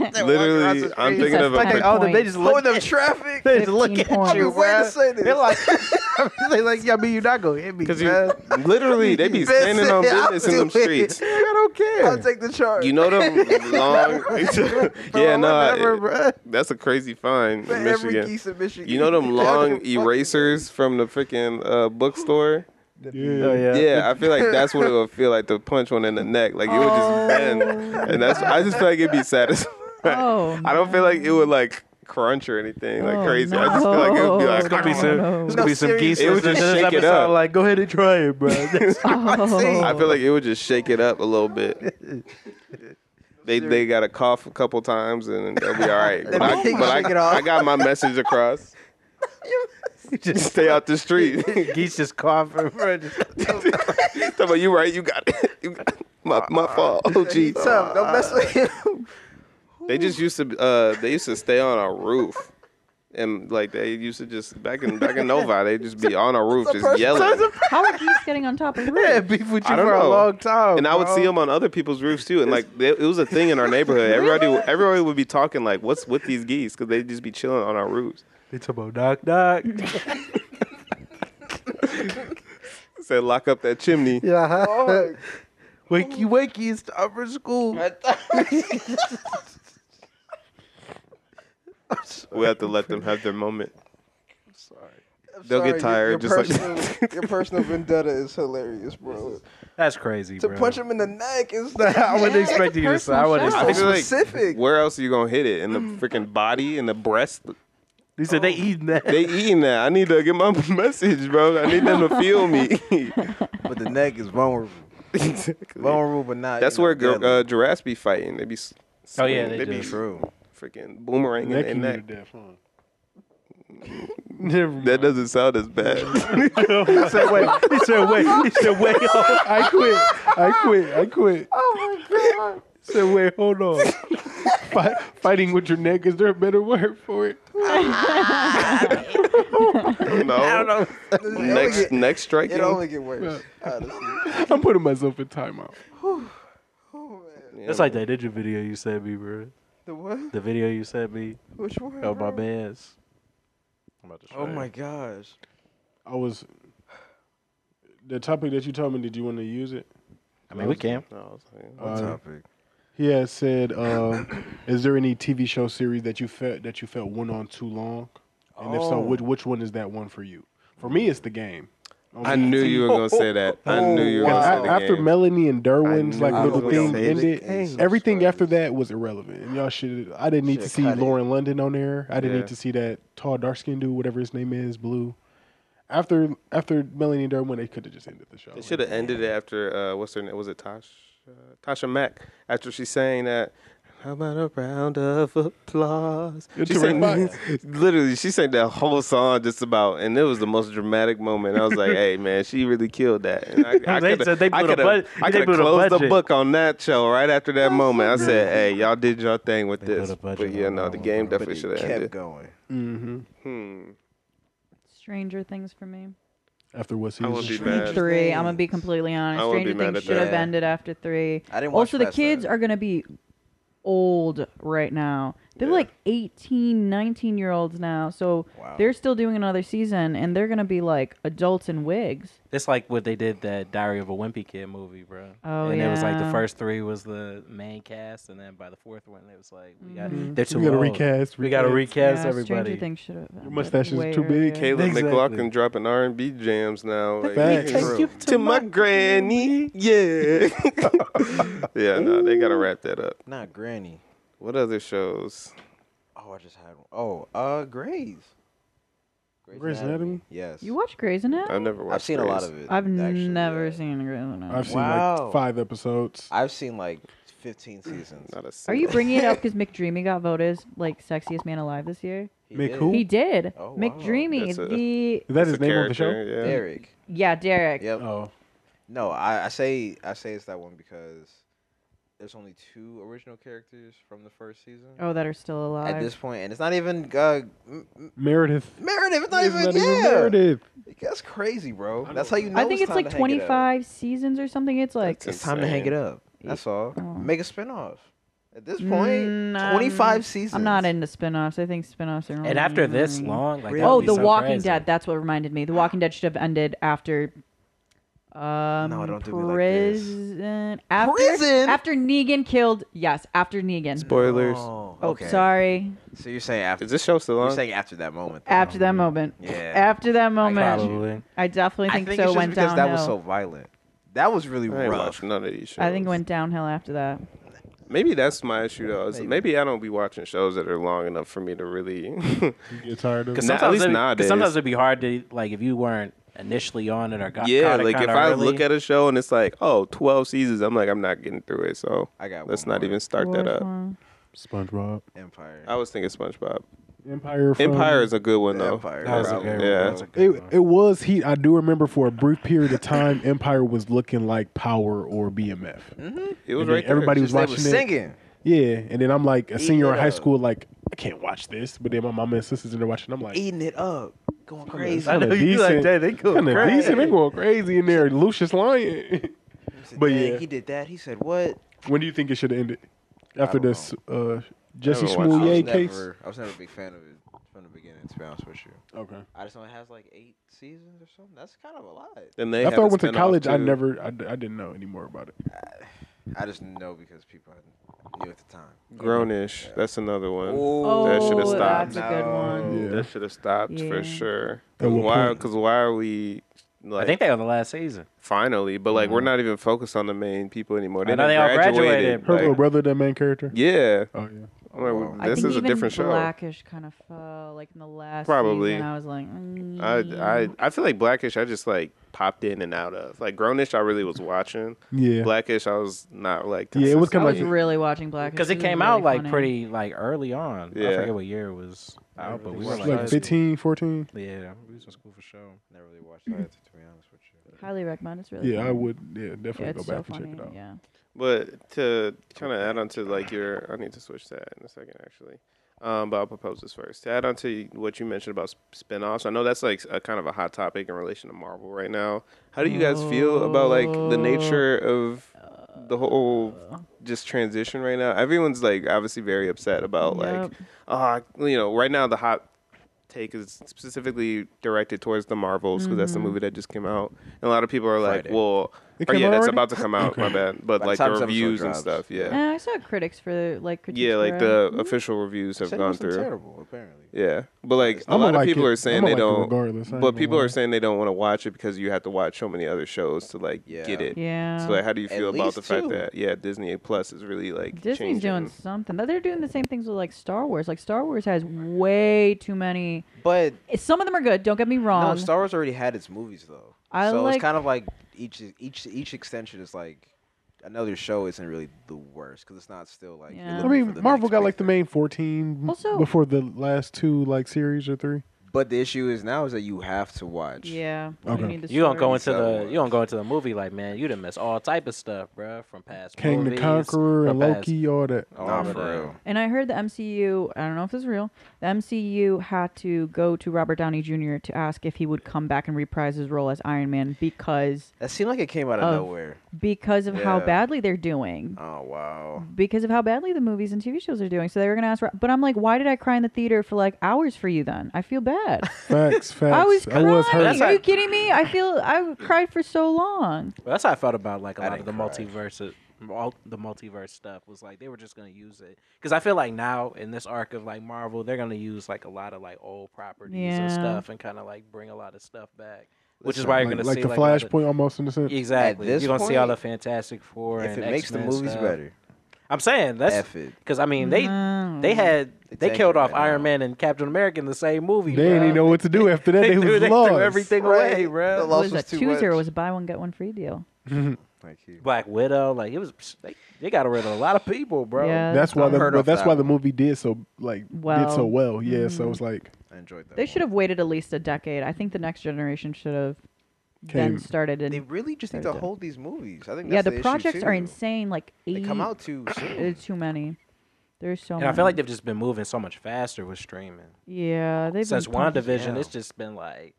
Literally, I'm thinking of a. Fucking par- oh, They just look at traffic. They just look 15 points. at you. Way to say this. They're [laughs] like, they like, yeah, me, you not gonna hit me. Because you [laughs] literally, [laughs] [laughs] they be standing on I'll business in do them it. [laughs] streets. I don't I'll care. take the charge. [laughs] You know them long. [laughs] yeah, no, whatever, bruh. that's a crazy find in For every Michigan. geese in Michigan. You [laughs] know them That's long fucking- [laughs] erasers from the freaking uh, bookstore. Yeah. Oh, yeah. Yeah, I feel like that's what it would feel like to punch one in the neck. Like it would Oh. just bend, and that's. I just feel like it'd be satisfying. Oh, [laughs] I don't feel like it would like crunch or anything like Oh, crazy. I just feel like it would be no. like. It's gonna be There's gonna No, be some geese. seriously. It would listening to just this shake it episode, up. Like, go ahead and try it, [laughs] bro. That's- Oh. I feel like it would just shake it up a [laughs] little bit. They they got to cough a couple times and they'll be [laughs] all right. But, I, Shake but it I, off. I got my [laughs] message across. just Stay out the street. geese just coughing, bro. Just, Talking about you right, you got it. [laughs] You got it. My my fault. Oh gee. He's [laughs] tough. Don't mess with him. [laughs] They just used to uh they used to stay on a roof. And like they used to just back in back in Novi, they just be on a roof just yelling. How are geese getting on top of the yeah, roof? beef with you I don't for know. a long time. And I would bro. see them on other people's roofs too. And like they, it was a thing in our neighborhood. Everybody everybody would be talking like, "What's with these geese?" Because they just be chilling on our roofs. They talk about knock knock. Said lock up that chimney. yeah. Oh, [laughs] Wakey wakey, it's time for [laughs] school. I thought- We have to let them have their moment. I'm They'll get sorry, tired just like- personal- your personal vendetta is hilarious, bro. That's crazy, To bro. punch him in the neck is [laughs] I wouldn't expect you to say. I wouldn't. Personal I Expect feel like, specific. where else are you gonna hit it? In the freaking body, in the breast? They said they eating that. They eating that. I need to get my [laughs] message, bro. I need them to feel me. but the neck is vulnerable. exactly. Vulnerable, but not. That's you know, where gir- deadly. uh, giraffes be fighting. They be. s- Oh, yeah, swinging. they be do. [laughs] True. freaking boomerang Oh. Neck in you their neck. to death, huh? That doesn't sound as bad. He said wait. He said wait. He said wait. hold- I quit. I quit. I quit. [laughs] Oh my god. I said, wait, hold on. [laughs] Fight, fighting with your neck. Is there a better word for it? no. know. It only Next, get- next striking. It only get worse. Honestly. I'm putting myself in timeout. Oh man. That's like that ninja video you sent me, bro. The what? The video you sent me Which one? of my bro? man's. I'm about to Oh my gosh. I was. The topic that you told me, did you want to use it? I mean, we can. No, I was like, Uh, Topic. He has said, uh, [coughs] "Is there any TV show series that you felt that you felt went on too long? And if so, Oh. which which one is that one for you? For me, it's the game. I knew you were gonna say that. I knew you were And gonna I- say the after game. Melanie and Derwin's knew like you little was thing gonna say the ended, game. everything after that was irrelevant. And y'all should. I didn't need to Should've see cut it. Lauren London on there. I didn't Yeah. need to see that tall dark skinned dude, whatever his name is, blue. After after Melanie and Derwin, they could have just ended the show. Oh, They should uh, have ended it after uh, what's her name? Was it Tasha? Tasha Mack. After she sang that, How about a round of applause? It's She a sang, reminder. [laughs] literally, she sang that whole song just about, and it was the most dramatic moment. I was like, "Hey, man, she really killed that." And I, I [laughs] They coulda- said they I blew the coulda- bud- I they could blew have the closed the budget. book on that show right after that moment. I said, "Hey, y'all did your thing with They blew this," the budget but yeah, on no, that the one, game But bro. definitely it should have kept ended. going. Mm-hmm. Mm. Hmm. Stranger Things for me. After what I won't be season? mad. Three. I'm gonna be completely honest. I wouldn't be Stranger mad Things at should have that. ended after three. I didn't watch Also, the past kids that. are gonna be old right now. They're Yeah. like 18, 19 year olds now. So Wow. they're still doing another season, and they're gonna be like adults in wigs. It's like what they did that Diary of a Wimpy Kid movie, bro. Oh, and it was like the yeah. first three was the main cast, and then by the fourth one, it was like we got Mhm. they're too Mm-hmm. we gotta old. recast. We got to recast. recast Yeah, everybody. Stranger Things should have. ended mustache is way too big. earlier. Caleb Exactly. McLaughlin dropping R and B jams now. Like, Facts. yeah. Take to, my, granny, yeah, [laughs] yeah. No, they gotta wrap that up. Not Granny. What other shows? Oh, I just had one. Oh, uh, Grays. Grey's Anatomy? Yes. You watch Grey's Anatomy? I've never watched. I've seen a lot Grace. of it. I've actually, uh, never yeah. seen Grey's Anatomy. I've seen Wow. like five episodes. I've seen like [clears throat] 15 seasons. Not a Are you single- bringing it up because McDreamy got voted as like sexiest man alive this year? He Make did. who? He did. Oh, wow. McDreamy, That's a- the Is that It's his a name on the show? character, yeah. Derek. yeah Derek. Yep. Oh, No, I, I say I say it's that one because there's only two original characters from the first season Oh, that are still alive. at this point, and it's not even uh, M- M- Meredith. Meredith. It's not It's even not yeah. even Meredith. That's crazy, bro. I That's know. how you know. I think it's time like to hang it up. 25 seasons or something. It's like That's It's time to hang it up. That's all. Oh. Make a spinoff. At this point, Mm, I'm- 25 seasons. I'm not into spin-offs. I think spin-offs are. And after this long, like that Oh, would be The so Walking crazy. Dead. That's what [gasps] reminded me. The Walking Dead should have ended after. Um, don't do me like this. prison. after, Prison? After Negan killed. Yes, after Negan. spoilers. Oh, Oh, okay. sorry. So you're saying after Is this show still you're on? saying after that moment. though. After that moment. Yeah. After that moment. Probably. I definitely I think, think so. it's just went because downhill. that was so violent. That was really I ain't rough. watching none of these shows. I think it went downhill after that. Maybe that's my issue though. Is Maybe. maybe. I don't be watching shows that are long enough for me to really. [laughs] You get tired of Cause it. Nah, at sometimes least it- 'cause nowadays. sometimes it'd be hard to like if you weren't initially on it or got yeah, caught it like if kinda I early. look at a show and it's like, oh, 12 seasons, I'm like, I'm not getting through it. So I got let's one not more. even start that Worst up. one. SpongeBob. Empire. I was thinking SpongeBob. Empire. From, Empire is a good one though. Empire. That was a good one, Yeah. bro. It, it was heat. I do remember for a brief period of time, Empire was looking like Power or BMF. Mm-hmm. It was And then right. everybody there. was they watching were it. singing. Yeah, and then I'm like a senior in it high up. school, like I can't watch this. But then my mama and sisters in there watching. I'm like, Eating it up. Going crazy. kind [laughs] of decent, they kind of decent. They going crazy in there. Lucius Lyon. Said, but "Dang, yeah. He did that. He said what? when do you think it should have ended? After I don't this uh, haven't watched it. I Jesse was, Smollett case. never, I was never a big fan of it from the beginning, to be honest with you. Okay. I just know it has like eight seasons or something. That's kind of a lot. Then they had After I a went to spinoff, college, I too. never, I, d- I didn't know anymore about it. I just know because people I knew at the time. Grownish. That's another one. Oh, that should Oh, have stopped. that's a good one. Yeah. That should have stopped Yeah. for sure. At what Why? point? Because why are we? Like, I think they were the last season. finally, but like we're Mm-hmm. not even focused on the main people anymore. They, I know done they all graduated. graduated, Her little like, brother, that main character. yeah, Oh yeah. I'm like, Wow. I this think is a even different show. Blackish kind of fell like in the last Probably. season. I was like, I, I mm. I feel like Blackish. I just like popped in and out of like Grownish. I really was watching Yeah. Blackish. I was not like Yeah, it was I kinda was consistently. really watching Blackish because it was came really out like funny. pretty like early on. I Yeah. forget what year it was out, but we were like, like 15, 14. Yeah, we was in school for sure. Never really watched that, to be honest with you. Highly recommend. It's really Yeah, I funny. would. Yeah, definitely Yeah, go it's so back and funny. check it out. Yeah. But to kind of add on to like your, I need to switch that in a second actually. Um, but I'll propose this first. To add on to what you mentioned about sp- spinoffs, I know that's like a kind of a hot topic in relation to Marvel right now. How do you guys feel about like the nature of the whole Uh. just transition right now? Everyone's like obviously very upset about like, ah, you know, right now the hot take is specifically directed towards the Marvels because that's the movie that just came out. And a lot of people are like, Friday. well, Mm-hmm. It oh, came yeah, out that's already? about to come out. [laughs] My bad, but By the like time the this episode reviews and drops. stuff. Yeah, And I saw critics for like critiques yeah, like for uh, the it. official reviews have Said it gone wasn't through. terrible, apparently. Yeah, but like a I'ma lot of like people it. are saying I'ma they like it don't. regardless. I ain't But gonna people lie. are saying they don't want to watch it because you have to watch so many other shows to like Yeah. get it. yeah. So like, how do you feel At about the least fact two. that yeah, Disney Plus is really like Disney's changing. doing something. They're doing the same things with like Star Wars. Like Star Wars has way too many. But Some of them are good. Don't get me no, wrong. Star Wars already had its movies though. I so like- it's kind of like each each each extension is like another show isn't really the worst because it's not still like. you're Yeah. I I looking for mean, the Marvel next got big like the thing. main fourteen Also- before the last two like series or three. But the issue is now is that you have to watch. Yeah. Okay. You, need the You don't go story. into So, the you don't go into the movie like man you done missed all type of stuff, bruh, from past King movies, the Conqueror and from past- Loki, all that. all Nah, of for that. real. And I heard the MCU, I don't know if this is real, the MCU had to go to Robert Downey Jr. to ask if he would come back and reprise his role as Iron Man because That seemed like it came out of Of- nowhere. because of how Yeah. badly they're doing. Oh wow. Because of how badly the movies and TV shows are doing. So they were going to ask, Ro- but I'm like, why did I cry in the theater for like hours for you then? I [laughs] feel bad. Facts, facts. I was crying. That's Are how- you kidding me? I feel, I cried for so long. Well, that's how I felt about like a I lot of the didn't cry. multiverse, uh, all the multiverse stuff was like they were just gonna use it because I feel like now in this arc of like Marvel, they're gonna use like a lot of like old properties Yeah. and stuff and kind of like bring a lot of stuff back, which is Listen, why you're like, gonna like see the like a lot of- Flashpoint almost in a sense. Exactly, this you're gonna see all the point, Fantastic Four. If and it makes the X-Men movies stuff. better, I'm saying that's F it. because I mean they Mm. they had they tank killed it off right Iron now. Man and Captain America in the same movie. They didn't bruh. even know what to do after that. [laughs] They, They, threw, was they threw lost. everything away, Right. bruh. The What loss was was that? too Choose or much. was it buy one, get one free deal? Thank you. Black Widow, like it was, they, they got rid of a lot of people, bro. Yeah. That's why I've the heard but of that's that why the one. movie did so like did so Well. well. Yeah, so Mhm. it's like I enjoyed that. They should have waited at least a decade. I think the next generation should have Came- then started They in. really just need Sorry, to Dan. hold these movies. I think Yeah, that's the, issue, projects are too. insane. Like They eight, come out [clears throat] too uh, soon. too many. There's so. And many. I feel like they've just been moving so much faster with streaming. yeah they've Since been pumping- WandaVision, Yeah. it's just been like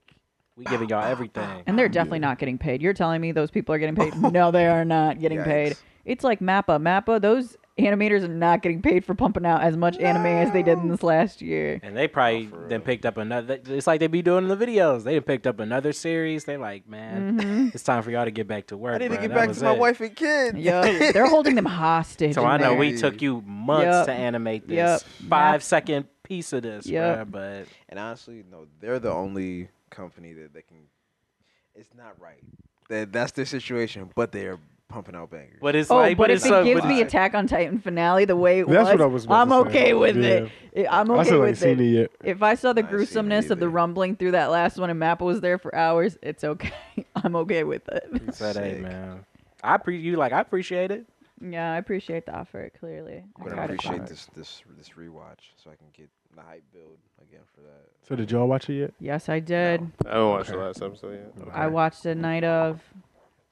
we giving y'all everything. and Oh, they're definitely not getting paid. You're telling me those people are getting [laughs] paid? no, they are not getting paid. Yikes. It's like Mappa. Mappa. Those animators are not getting paid for pumping out as much anime as they did in this [laughs] last year. And they Oh, probably then picked up another. It's like they be doing in the videos. They done picked up another series. They like, man, Mm-hmm. it's time for y'all to get back to work. I need to bruh. get That back was to my it. wife and kids. [laughs] Yep, they're holding them hostage. So in I know there. we took you months Yup. to animate Yup. this five second piece of this, yeah. Yup. But And honestly, no, they're the only company that they can. It's not right. That that's their situation, but they are pumping out bangers. but it's Oh, like, but if it's it so- gives but me it's- Attack on Titan finale the way it That's was, what I was about I'm to say. okay with it. I- I'm I okay still ain't with seen it. it yet. If I saw the I ain't seen it gruesomeness of the either. rumbling through that last one and Mappa was there for hours, it's okay. [laughs] I'm okay with it. it's that, hey, Sick. man. I pre you like I appreciate it. Mm. Yeah, I appreciate the offer. Clearly, I I'm gonna tried it appreciate hard. this this this rewatch so I can get the hype build again for that. So did y'all watch it yet? Yes, I did. I don't watch the last episode yet. I watched a night of.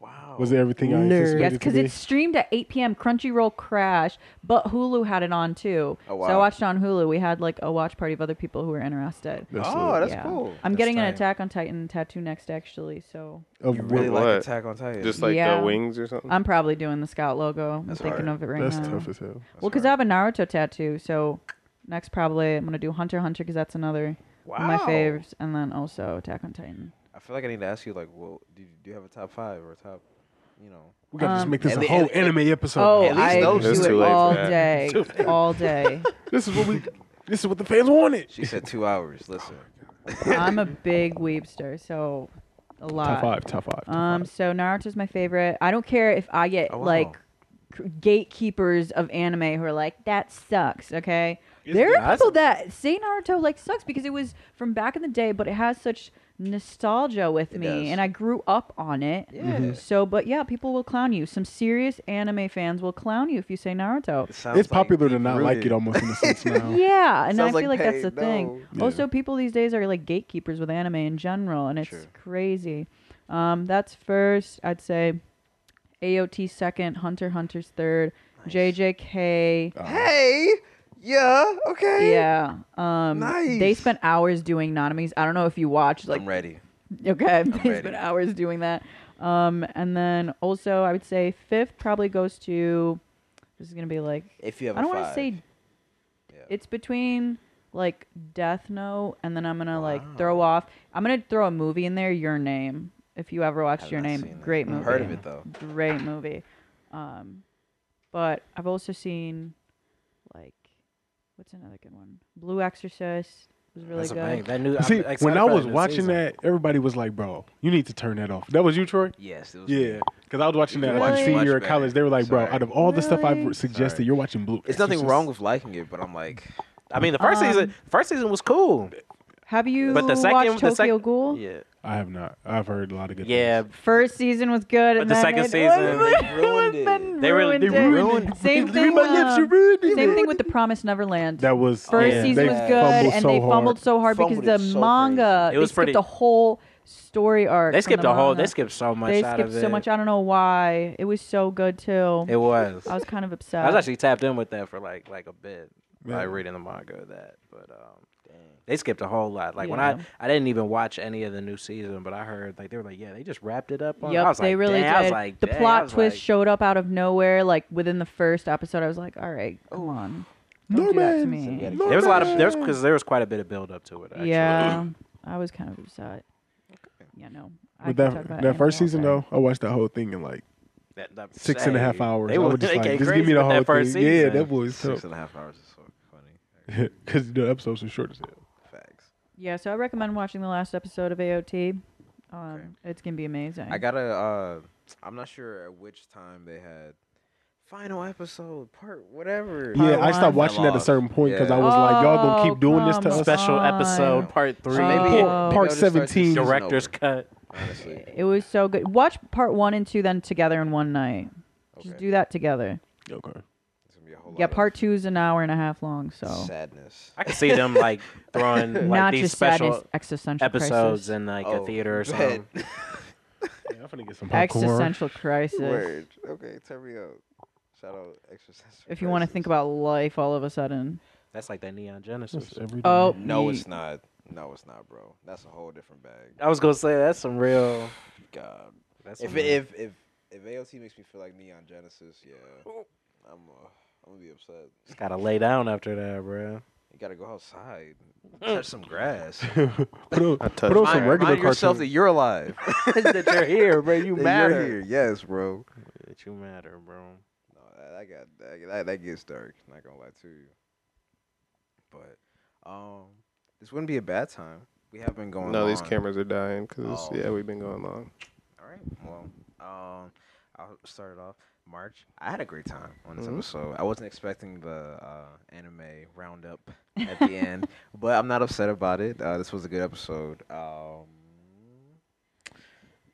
Wow. Was it everything I Nerd. anticipated Yes, it because to it's streamed at 8 p.m. Crunchyroll crashed, but Hulu had it on too. Oh, So I wow. watched it on Hulu. We had like a watch party of other people who were interested. be? That's oh, it. that's Yeah. cool. I'm That's getting an tight. Attack on Titan tattoo next, actually. So Of You really what- what? like Attack on Titan. Just like Yeah. the wings or something. I'm probably doing the scout logo. I'm That's thinking hard. of it right that's now. tough as hell. well, because I have a Naruto tattoo, so next probably I'm gonna do Hunter x Hunter because that's another one of my Wow. faves, and then also Attack on Titan. I feel like I need to ask you, like, well, do you, do you have a top five or a top, you know? We gotta just Um, make this at a le- whole at- anime episode. Oh, at least I those It's do too it late for all that. [laughs] day, all day. this is what we. This is what the fans wanted. She said two hours. Listen, [laughs] I'm a big weebster, so a lot. Top five, top five. top Um, five. so Naruto's my favorite. I don't care if I get Oh, wow. like cr- gatekeepers of anime who are like, that sucks. Okay, It's there not- are people that say Naruto like sucks because it was from back in the day, but it has such nostalgia with It me, does. and I grew up on it. Mm-hmm. Yeah. So, but yeah, people will clown you. Some serious anime fans will clown you if you say Naruto. it sounds It's like popular to not like deep-rooted. it almost in a sense [laughs] [laughs] now. Yeah, and I Sounds feel like like that's the pain, thing. no. Yeah. Also, people these days are like gatekeepers with anime in general, and it's True. crazy. Um, that's first, I'd say. AOT second, Hunter Hunter's third, JJK. Hey, yeah, okay. Yeah. Um, They Nice. spent hours doing Nanamis. I don't know if you watched. Like, I'm ready. [laughs] okay, they ready. spent hours doing that. Um, and then also, I would say fifth probably goes to. This is gonna be like If you have, I don't want want to say. It's between like Death Note, and then I'm gonna like throw off. I'm gonna throw a movie in there. Your Name, if you ever watched Your Name, great movie. Heard of it though. Great movie. Um, but I've also seen like what's another good one? Blue Exorcist was really That's a good. bang. That new. See, I'm when excited I for was new watching season. that, everybody was like, "Bro, you need to turn that off." That was you, Troy. Yes, it was. Yeah, because I was watching You that can as watch a much senior better. at college. They were like, "Bro, Sorry. out of all the stuff Really? I've suggested, Sorry. you're watching Blue." It's nothing Exorcist." wrong with liking it, but I'm like, Um, I mean, the first season. First season was cool. Have you But the watched second- the Tokyo sec- Ghoul? [laughs] Yeah. I have not. I've heard a lot of good. Yeah. things. First season was good, But and the then [laughs] second it season, was, they ruined it. been They really- they ruined it. ruined it. Same Read thing. my lips, uh, you ruined it. Same thing with the Promised Neverland. That was First Yeah. season they was fumbled good, and so they hard. fumbled so hard because Fumbled the it so manga. crazy. It was they pretty- skipped a whole story arc. They from skipped the a whole. manga. They skipped so much. They out skipped of so it. much. I don't know why. It was so good too. It was. I was uh, kind of upset. I was actually tapped in with that for like like a bit, Yeah. like reading the manga of that. But um, they skipped a whole lot. Like when Yeah. I I didn't even watch any of the new season, but I heard like they were like, yeah, they just wrapped it up. On, Yep, I was they like, really "Dang," I did. was like, the "Dang," I plot was twist like- showed up out of nowhere, like within the first episode. I was like, all right, Oh, come on, don't do that to Norman! me. there was a lot of [laughs] there's because there was quite a bit of build up to it. [laughs] Actually. Yeah, I was kind of upset. Yeah, no. I But could talk that, about that anime first all season day. though, I watched that whole thing in like That- that- six and a say, half hours. They I were was just like, came just crazy give me the with whole that first thing. season. Yeah, that was Six because and a half hours is so funny. [laughs] the episodes are short as hell. Facts. Yeah, so I recommend watching the last episode of AOT. Um, It's gonna be amazing. I gotta. Uh, I'm not sure at which time they had final episode part whatever. Part yeah, I one. stopped watching at a Lost. certain point because I Yeah. was like, y'all gonna Oh, keep doing this to come us. Special on. episode part three, maybe- Maybe Oh. I'll Part just start the 17. season director's over, cut. Honestly, It was so good. Watch part one and two then together in one night. Just Okay. do that together. Okay. It's gonna be a whole Yeah, lot of part two is an hour and a half long, so sadness. I could see them like [laughs] throwing like not these just special sadness, existential episodes crisis. in like Oh, a theater go or something. [laughs] ahead. [laughs] Yeah, I'm finna get some popcorn. existential crisis. Word. Okay, turn me out. Shout out exercise. If you want to think about life all of a sudden. That's like that Neon That's Genesis. every day. Oh No, it's ye- not. No, it's not, bro. That's a whole different bag. I was gonna say that's some real. God. That's If some real- if if if AOT makes me feel like Neon Genesis, yeah, I'm uh, I'm gonna be upset. just gotta lay down after [laughs] that, bro. You gotta go [laughs] outside, touch some grass. Put on, put touched on mine. some regular Remind yourself that cartoons. you're alive. [laughs] that you're here, bro. You That matter. You're here. Yes, bro. That you matter, bro. No, that, that got that, that that gets dark. Not gonna lie to you. But um, this wouldn't be a bad time. We have been going. No, these long. cameras are dying because Oh. yeah, we've been going long. All right. Well, um, I'll start it off. March. I had a great time on this Mhm. episode. I wasn't expecting the uh, anime roundup at the end, but I'm not upset about it. Uh, this was a good episode. Um,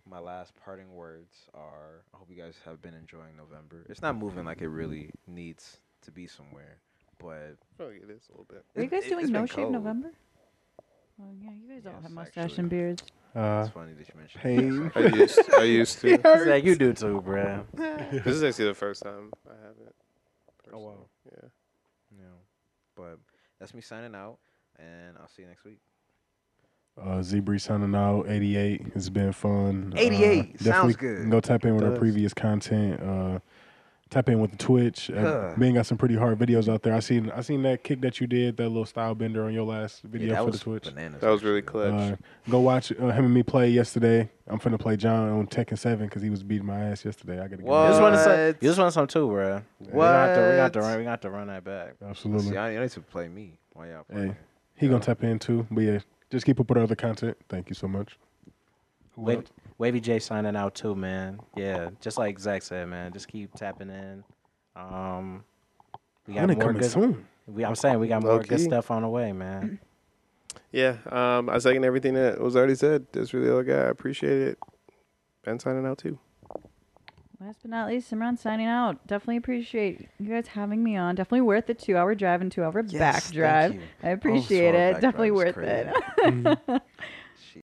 my last parting words are: I hope you guys have been enjoying November. It's not moving like it really needs to be somewhere, but Probably it is a little bit. Are you it- guys it- doing it's been No Shave cold. November? Oh yeah, you guys all Yes, have mustache actually. and beards. Uh, It's funny that you mentioned. that. pain. I [laughs] used, I used to. Zach, you do too, bro. This is actually the first time I have it. Oh, wow. personally. Yeah. But that's me signing out, and I'll see you next week. Uh, Z Bree signing out. 88. It's been fun. Uh, 88. Sounds definitely good. can Go tap in with our Does. previous content. Uh, tap in with the Twitch. Uh, Huh. Ben got some pretty hard videos out there. I seen I seen that kick that you did, that little style bender on your last video that for was the Twitch. bananas. That was really actually. clutch. Uh, go watch uh, him and me play yesterday. I'm finna play John on Tekken Seven because he was beating my ass yesterday. I gotta get You Whoa. just want to say, What? you just want some too, bro. We got to, we got to What? run, we got to run that back. absolutely. See, I, I need to play me while y'all Hey. playing. He gonna tap in too. But yeah, just keep up with our other content. Thank you so much. Who Wavy, else? Wavy J signing out too, man. Yeah, just like Zach said, man. Just keep tapping in. Um, we got Money more coming good. soon. We, I'm saying we got more good Low-key. stuff on the way, man. Yeah. Yeah. Um, I second everything that was already said. That's really all I got. I appreciate it. Ben signing out too. Last but not least, Simran signing out. Definitely appreciate you guys having me on. Definitely worth the two hour drive and two hour Yes, back thank drive. you. I appreciate two-hour back drive it. Definitely is worth crazy. it.